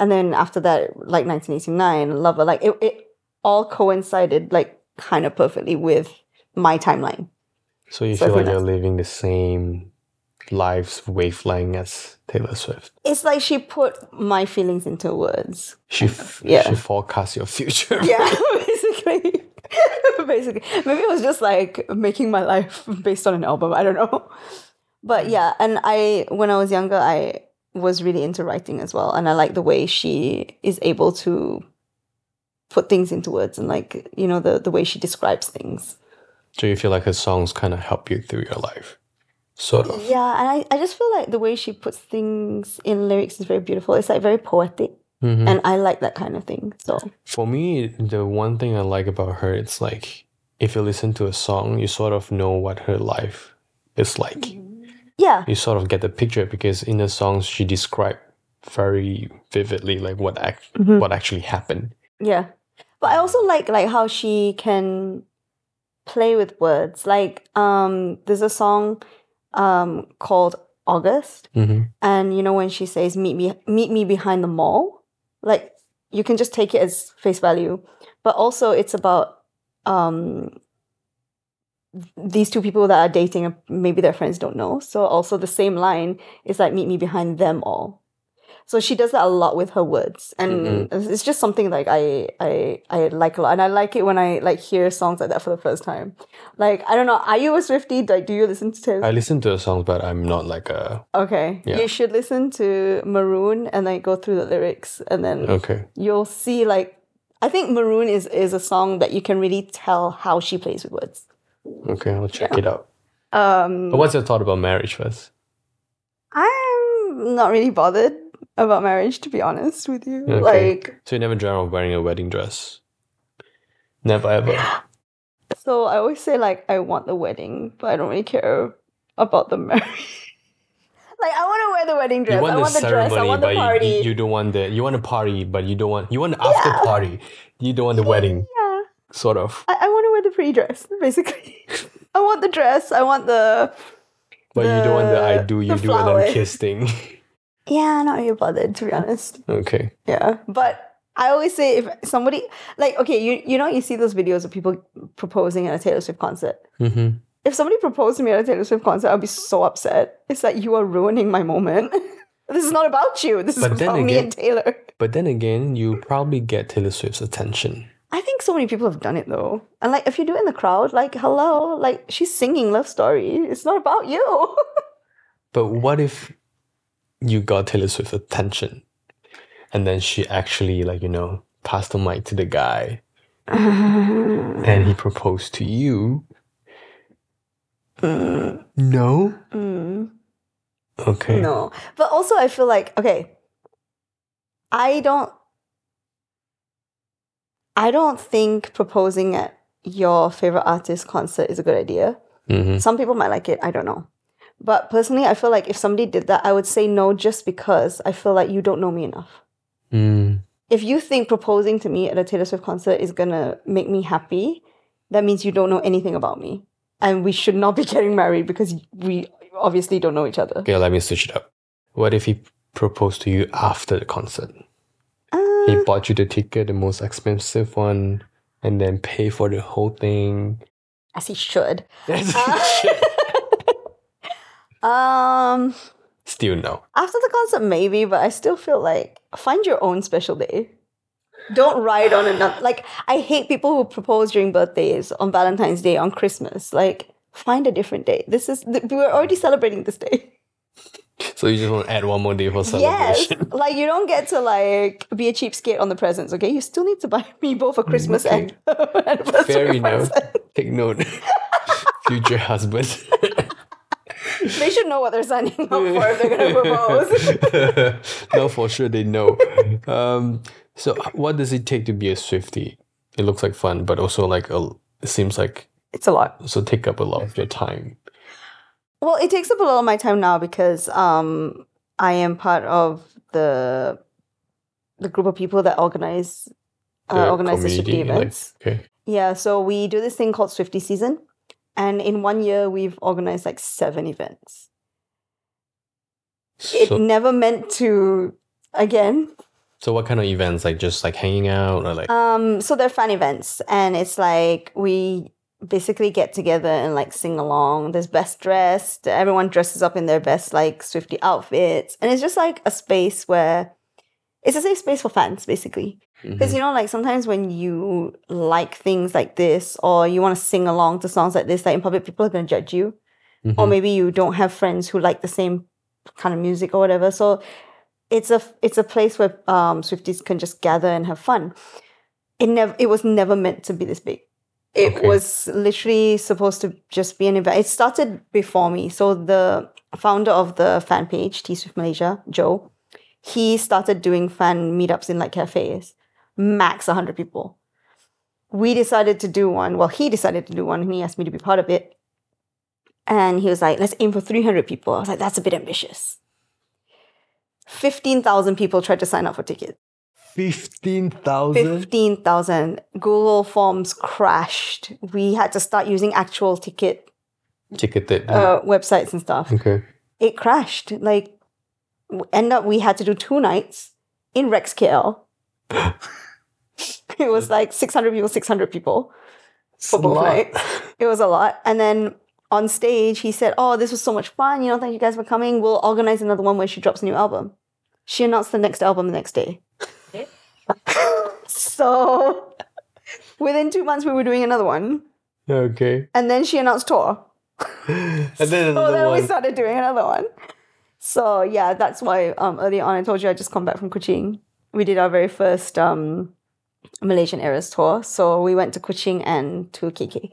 Speaker 2: And then after that, like 1989, Lover, like it, it all coincided like kind of perfectly with my timeline.
Speaker 1: So you
Speaker 2: So I
Speaker 1: feel
Speaker 2: think
Speaker 1: like you're
Speaker 2: that's-
Speaker 1: living the same life's wavelength as Taylor Swift.
Speaker 2: It's like she put my feelings into words.
Speaker 1: She f-
Speaker 2: Yeah.
Speaker 1: she forecasts your future.
Speaker 2: Yeah, basically. basically. Maybe it was just like making my life based on an album. I don't know. But yeah, and I when I was younger, I was really into writing as well. And I like the way she is able to put things into words and like, you know, the, the way she describes things.
Speaker 1: So you feel like her songs kind of help you through your life, sort of.
Speaker 2: Yeah, and I, I just feel like the way she puts things in lyrics is very beautiful. It's like very poetic.
Speaker 1: Mhm.
Speaker 2: And I like that kind of thing. So
Speaker 1: For me, the one thing I like about her, it's like if you listen to a song, you sort of know what her life is like.
Speaker 2: Mm-hmm. yeah.
Speaker 1: You sort of get the picture because in the songs she described very vividly like what act-
Speaker 2: Mhm.
Speaker 1: what actually happened.
Speaker 2: Yeah. But I also like like how she can play with words. Like um there's a song um called August
Speaker 1: Mm-hmm.
Speaker 2: and you know when she says meet me meet me behind the mall, like you can just take it as face value. But also it's about um these two people that are dating and maybe their friends don't know. So also the same line is like meet me behind them all. So she does that a lot with her words, and it's just something like I I I like a lot, and I like it when I like hear songs like that for the first time. Like I don't know, are you a Swifty? Like, do you listen to Taylor?
Speaker 1: I listen to her songs, but I'm not like a
Speaker 2: okay,
Speaker 1: Yeah.
Speaker 2: you should listen to Maroon and like go through the lyrics, and then
Speaker 1: okay.
Speaker 2: you'll see like I think Maroon is is a song that you can really tell how she plays with words.
Speaker 1: Okay, I'll check it out.
Speaker 2: Um,
Speaker 1: But what's your thought about marriage first?
Speaker 2: I'm not really bothered about marriage, to be honest with you.
Speaker 1: Okay.
Speaker 2: Like.
Speaker 1: So you never dream of wearing a wedding dress? Never ever.
Speaker 2: So I always say like I want the wedding, but I don't really care about the marriage. like I want to wear the wedding dress.
Speaker 1: You want
Speaker 2: I
Speaker 1: the
Speaker 2: want the dress. I
Speaker 1: ceremony,
Speaker 2: want
Speaker 1: but
Speaker 2: the party.
Speaker 1: you, you, you don't want the you want a party, but you don't want you want the after
Speaker 2: Yeah.
Speaker 1: party. You don't want the wedding,
Speaker 2: yeah,
Speaker 1: sort of.
Speaker 2: I, I want to wear the pretty dress. Basically, I want the dress. I want the
Speaker 1: But you don't want the I do,
Speaker 2: The-
Speaker 1: you
Speaker 2: the
Speaker 1: do, and then
Speaker 2: flowers.
Speaker 1: kiss thing.
Speaker 2: yeah. Not really bothered to be honest.
Speaker 1: okay.
Speaker 2: Yeah, but I always say if somebody like okay, you you know you see those videos of people proposing at a Taylor Swift concert.
Speaker 1: Mm-hmm.
Speaker 2: if somebody proposed to me at a Taylor Swift concert, I'll be so upset. It's like you are ruining my moment. this is not about you. This
Speaker 1: But
Speaker 2: is
Speaker 1: then
Speaker 2: about me
Speaker 1: again-
Speaker 2: and Taylor.
Speaker 1: But then again, you probably get Taylor Swift's attention.
Speaker 2: I think so many people have done it though. And like if you do it in the crowd, like hello, like she's singing Love Story. It's not about you.
Speaker 1: But what if you got Taylor Swift's attention, and then she actually like you know passed the mic to the guy,
Speaker 2: Mm,
Speaker 1: and he proposed to you? No.
Speaker 2: Mm,
Speaker 1: Okay.
Speaker 2: no. But also I feel like, okay, I don't I don't think proposing at your favorite artist concert is a good idea.
Speaker 1: Mm-hmm.
Speaker 2: Some people might like it. I don't know. But personally, I feel like if somebody did that, I would say no just because I feel like you don't know me enough.
Speaker 1: Mm.
Speaker 2: If you think proposing to me at a Taylor Swift concert is going to make me happy, that means you don't know anything about me. And we should not be getting married because we obviously don't know each other.
Speaker 1: Okay, let me switch it up. What if he proposed to you after the concert?
Speaker 2: Uh,
Speaker 1: He bought you the ticket, the most expensive one, and then pay for the whole thing.
Speaker 2: as he should.
Speaker 1: That's
Speaker 2: Ah. Um,
Speaker 1: Still no.
Speaker 2: after the concert, maybe, but I still feel like find your own special day. Don't ride on another. Like, I hate people who propose during birthdays, on Valentine's Day, on Christmas. Like, find a different day. This is, th- we were already celebrating this day.
Speaker 1: So you just want to add one more day for
Speaker 2: Yes.
Speaker 1: celebration.
Speaker 2: Like, you don't get to, like, be a cheapskate on the presents, okay? You still need to buy me both a Christmas
Speaker 1: okay.
Speaker 2: and anniversary
Speaker 1: Fair enough.
Speaker 2: present.
Speaker 1: Take note. Future husband.
Speaker 2: They should know what they're signing up for if they're going to propose.
Speaker 1: no, for sure they know. Um, so what does it take to be a Swifty? It looks like fun, but also like a, it seems like
Speaker 2: It's a lot.
Speaker 1: also take up a lot of your time.
Speaker 2: Well, it takes up a lot of my time now because um, I am part of the the group of people that organize uh,
Speaker 1: The
Speaker 2: organize the Swifty
Speaker 1: community, like-
Speaker 2: events.
Speaker 1: Okay.
Speaker 2: Yeah, so we do this thing called Swifty Season, and in one year we've organized like seven events. It
Speaker 1: So,
Speaker 2: never meant to. Again,
Speaker 1: so what kind of events? Like just like hanging out or like
Speaker 2: um, so they're fun events, and it's like we basically get together and like sing along. There's best dressed. Everyone dresses up in their best like Swifty outfits, and it's just like a space where it's a safe space for fans, basically. Because
Speaker 1: mhm.
Speaker 2: you know, like sometimes when you like things like this, or you want to sing along to songs like this, like in public, people are gonna judge you or
Speaker 1: Mhm.
Speaker 2: maybe you don't have friends who like the same kind of music or whatever. So it's a it's a place where um, Swifties can just gather and have fun. It never it was never meant to be this big. It
Speaker 1: Okay.
Speaker 2: was literally supposed to just be an event. It started before me. So the founder of the fan page, T Swift Malaysia, Joe, he started doing fan meetups in like cafes, max 100 people. We decided to do one. Well, he decided to do one and he asked me to be part of it. And he was like, let's aim for 300 people. I was like, that's a bit ambitious. 15,000 people tried to sign up for tickets.
Speaker 1: Fifteen thousand.
Speaker 2: 15,000. Google Forms crashed. We had to start using actual ticket
Speaker 1: Ticketed.
Speaker 2: uh, websites and stuff.
Speaker 1: okay.
Speaker 2: It crashed. Like, w- end up, we had to do two nights in Rex KL. it was like 600 people, 600 people. for both
Speaker 1: Slot.
Speaker 2: nights. It was a lot. And then on stage, he said, Oh, this was so much fun. You know, thank you guys for coming. We'll organize another one where she drops a new album. She announced the next album the next day. so within two months, we were doing another one.
Speaker 1: Okay.
Speaker 2: And then she announced tour.
Speaker 1: And then
Speaker 2: So
Speaker 1: another
Speaker 2: Oh, then we
Speaker 1: one.
Speaker 2: started doing another one. So yeah, that's why um, earlier on I told you I just come back from Kuching. We did our very first um, Malaysian Eras tour. So we went to Kuching and to KK.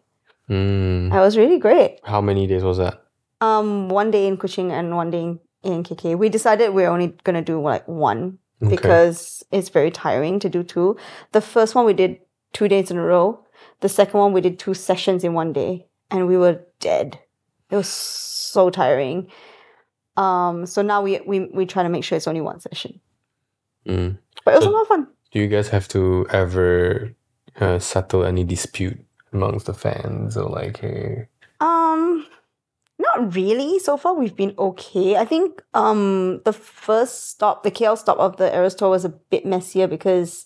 Speaker 1: Mm.
Speaker 2: That was really great.
Speaker 1: How many days was that?
Speaker 2: Um, one day in Kuching and one day in, in KK. We decided we're only gonna do like one because it's very tiring to do two. The first one we did two days in a row. The second one we did two sessions in one day, and we were dead. It was so tiring. Um, so now we we we try to make sure it's only one session,
Speaker 1: Mm.
Speaker 2: but it was a
Speaker 1: So-
Speaker 2: lot of fun.
Speaker 1: Do you guys have to ever uh, settle any dispute amongst the fans or like, hey,
Speaker 2: Um, not really. So far, we've been okay. I think um the first stop, the KL stop of the Eras tour was a bit messier because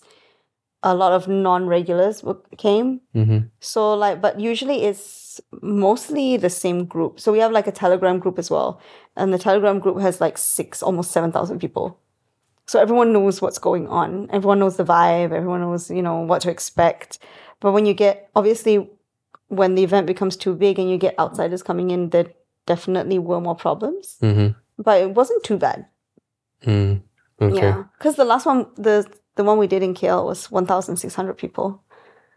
Speaker 2: a lot of non-regulars were- came.
Speaker 1: mm-hmm.
Speaker 2: So like, but usually it's mostly the same group. So we have like a Telegram group as well, and the Telegram group has like six, almost seven thousand people. So everyone knows what's going on. Everyone knows the vibe. Everyone knows you know what to expect. But when you get obviously, when the event becomes too big and you get outsiders coming in, there definitely were more problems.
Speaker 1: Mm-hmm.
Speaker 2: But it wasn't too bad.
Speaker 1: Mm. Okay.
Speaker 2: Yeah, because the last one, the the one we did in KL was one thousand six hundred people.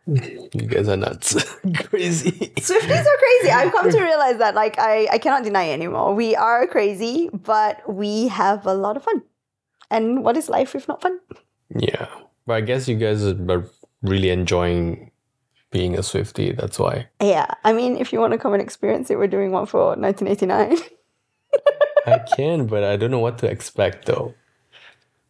Speaker 1: You guys are nuts. Crazy.
Speaker 2: Swifties are crazy. I've come to realize that. Like, I, I cannot deny it anymore. We are crazy, but we have a lot of fun. And what is life if not fun?
Speaker 1: Yeah. But I guess you guys are really enjoying being a Swifty. That's why.
Speaker 2: Yeah. I mean, if you want to come and experience it, we're doing one for 1989.
Speaker 1: I can, but I don't know what to expect though.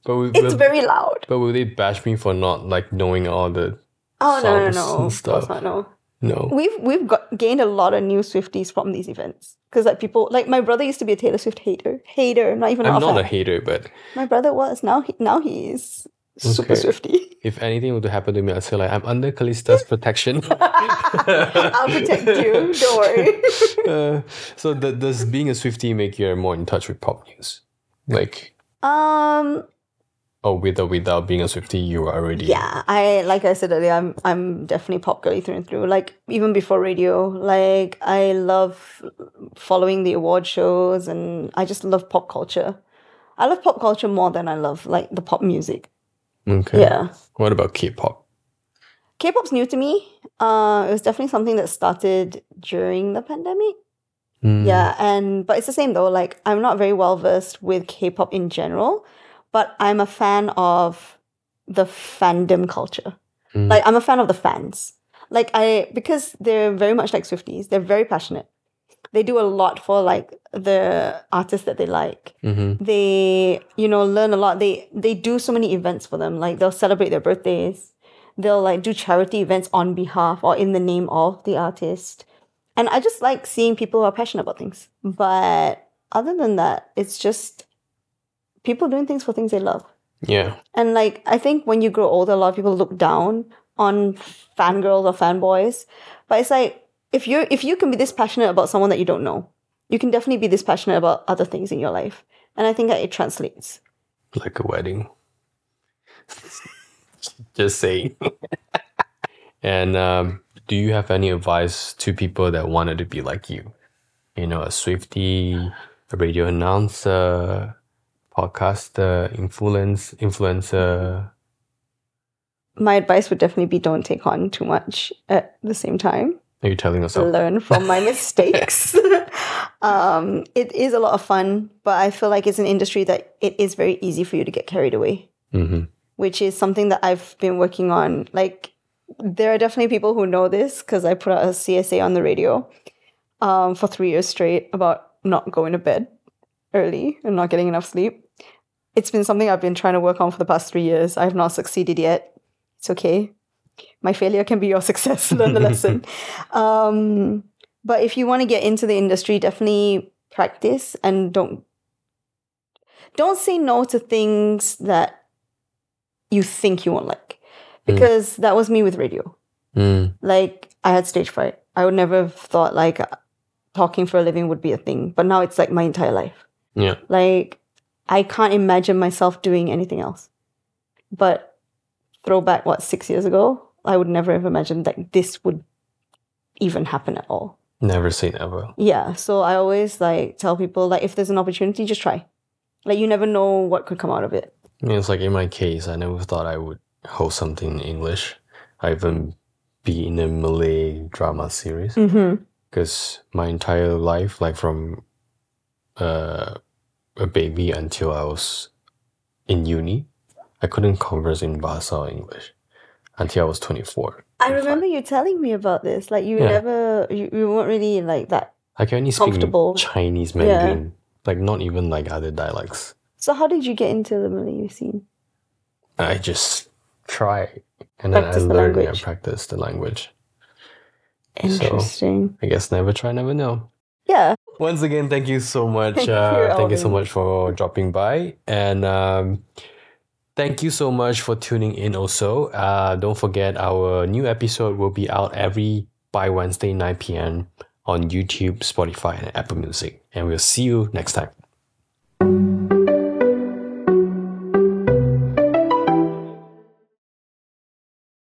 Speaker 1: But we,
Speaker 2: It's
Speaker 1: but,
Speaker 2: very loud.
Speaker 1: but will they bash me for not like knowing all the
Speaker 2: Oh, no, no, no.
Speaker 1: Songs and
Speaker 2: Of course
Speaker 1: stuff.
Speaker 2: not, no.
Speaker 1: No.
Speaker 2: We've we've got, gained a lot of new Swifties from these events because like people like my brother used to be a Taylor Swift hater, hater, not even
Speaker 1: I'm not a
Speaker 2: a
Speaker 1: hater, but
Speaker 2: My brother was now he, now he is super
Speaker 1: Okay.
Speaker 2: Swifty.
Speaker 1: if anything were to happen to me, I'd say like I'm under Callista's protection.
Speaker 2: I'll protect you. Don't worry.
Speaker 1: Uh, so th- does being a Swifty make you more in touch with pop news? Like,
Speaker 2: Um,
Speaker 1: or Oh, with or without being a Swifty, you are already
Speaker 2: yeah, I like I said earlier, I'm I'm definitely pop girly through and through. Like even before radio, like I love following the award shows, and I just love pop culture. I love pop culture more than I love like the pop music.
Speaker 1: okay.
Speaker 2: Yeah.
Speaker 1: What about K-pop?
Speaker 2: K-pop's new to me. Uh, it was definitely something that started during the pandemic.
Speaker 1: Hmm.
Speaker 2: Yeah, and but it's the same though. Like I'm not very well versed with K-pop in general, but I'm a fan of the fandom culture.
Speaker 1: Mm.
Speaker 2: Like I'm a fan of the fans. Like I because they're very much like Swifties. They're very passionate. They do a lot for like the artists that they like
Speaker 1: Mhm.
Speaker 2: they you know learn a lot they they do so many events for them like they'll celebrate their birthdays they'll like do charity events on behalf or in the name of the artist and i just like seeing people who are passionate about things but other than that it's just people doing things for things they love
Speaker 1: Yeah.
Speaker 2: and like I think when you grow older, a lot of people look down on fangirls or fanboys. But it's like if you if you can be this passionate about someone that you don't know, you can definitely be this passionate about other things in your life. And I think that it translates.
Speaker 1: Like a wedding. Just saying. and um, do you have any advice to people that wanted to be like you? You know, a Swifty, a radio announcer, podcaster, influence influencer.
Speaker 2: My advice would definitely be don't take on too much at the same time.
Speaker 1: Are you telling us? off?
Speaker 2: Learn from my mistakes. um, it is a lot of fun, but I feel like it's an industry that it is very easy for you to get carried away.
Speaker 1: hmm
Speaker 2: which is something that I've been working on. Like, there are definitely people who know this because I put out a CSA on the radio um, for three years straight about not going to bed early and not getting enough sleep. It's been something I've been trying to work on for the past three years. I have not succeeded yet. It's okay. My failure can be your success. Learn the lesson. Um, but if you want to get into the industry, definitely practice and don't don't say no to things that you think you won't like.
Speaker 1: Mm.
Speaker 2: Because that was me with radio.
Speaker 1: Mm.
Speaker 2: Like I had stage fright. I would never have thought like uh, talking for a living would be a thing, but now it's like my entire life.
Speaker 1: Yeah.
Speaker 2: Like I can't imagine myself doing anything else. But throwback what 6 years ago, I would never have imagined that this would even happen at all.
Speaker 1: Never say never.
Speaker 2: Yeah, so I always like tell people like if there's an opportunity, just try. Like you never know what could come out of it.
Speaker 1: I mean, It's like in my case, I never thought I would host something in English. I even be in a Malay drama series
Speaker 2: Mm-hmm.
Speaker 1: because my entire life, like from uh, a baby until I was in uni, I couldn't converse in Bahasa or English until I was 24.
Speaker 2: I remember you telling me about this. Like you
Speaker 1: Yeah.
Speaker 2: never, you, you weren't really like that.
Speaker 1: I can only speak
Speaker 2: Comfortable.
Speaker 1: Chinese
Speaker 2: Yeah.
Speaker 1: Mandarin, like not even like other dialects.
Speaker 2: So how did you get into the Malay scene?
Speaker 1: I just try and then
Speaker 2: Practice
Speaker 1: I
Speaker 2: the
Speaker 1: learn and
Speaker 2: language.
Speaker 1: practice the language.
Speaker 2: Interesting.
Speaker 1: I guess never try, never know.
Speaker 2: yeah.
Speaker 1: Once again, thank you so much.
Speaker 2: Thank
Speaker 1: uh,
Speaker 2: you,
Speaker 1: thank you so
Speaker 2: Alvin.
Speaker 1: much for dropping by, and um, thank you so much for tuning in. Also, uh, don't forget our new episode will be out every by Wednesday nine pm on YouTube, Spotify, and Apple Music. And we'll see you next time.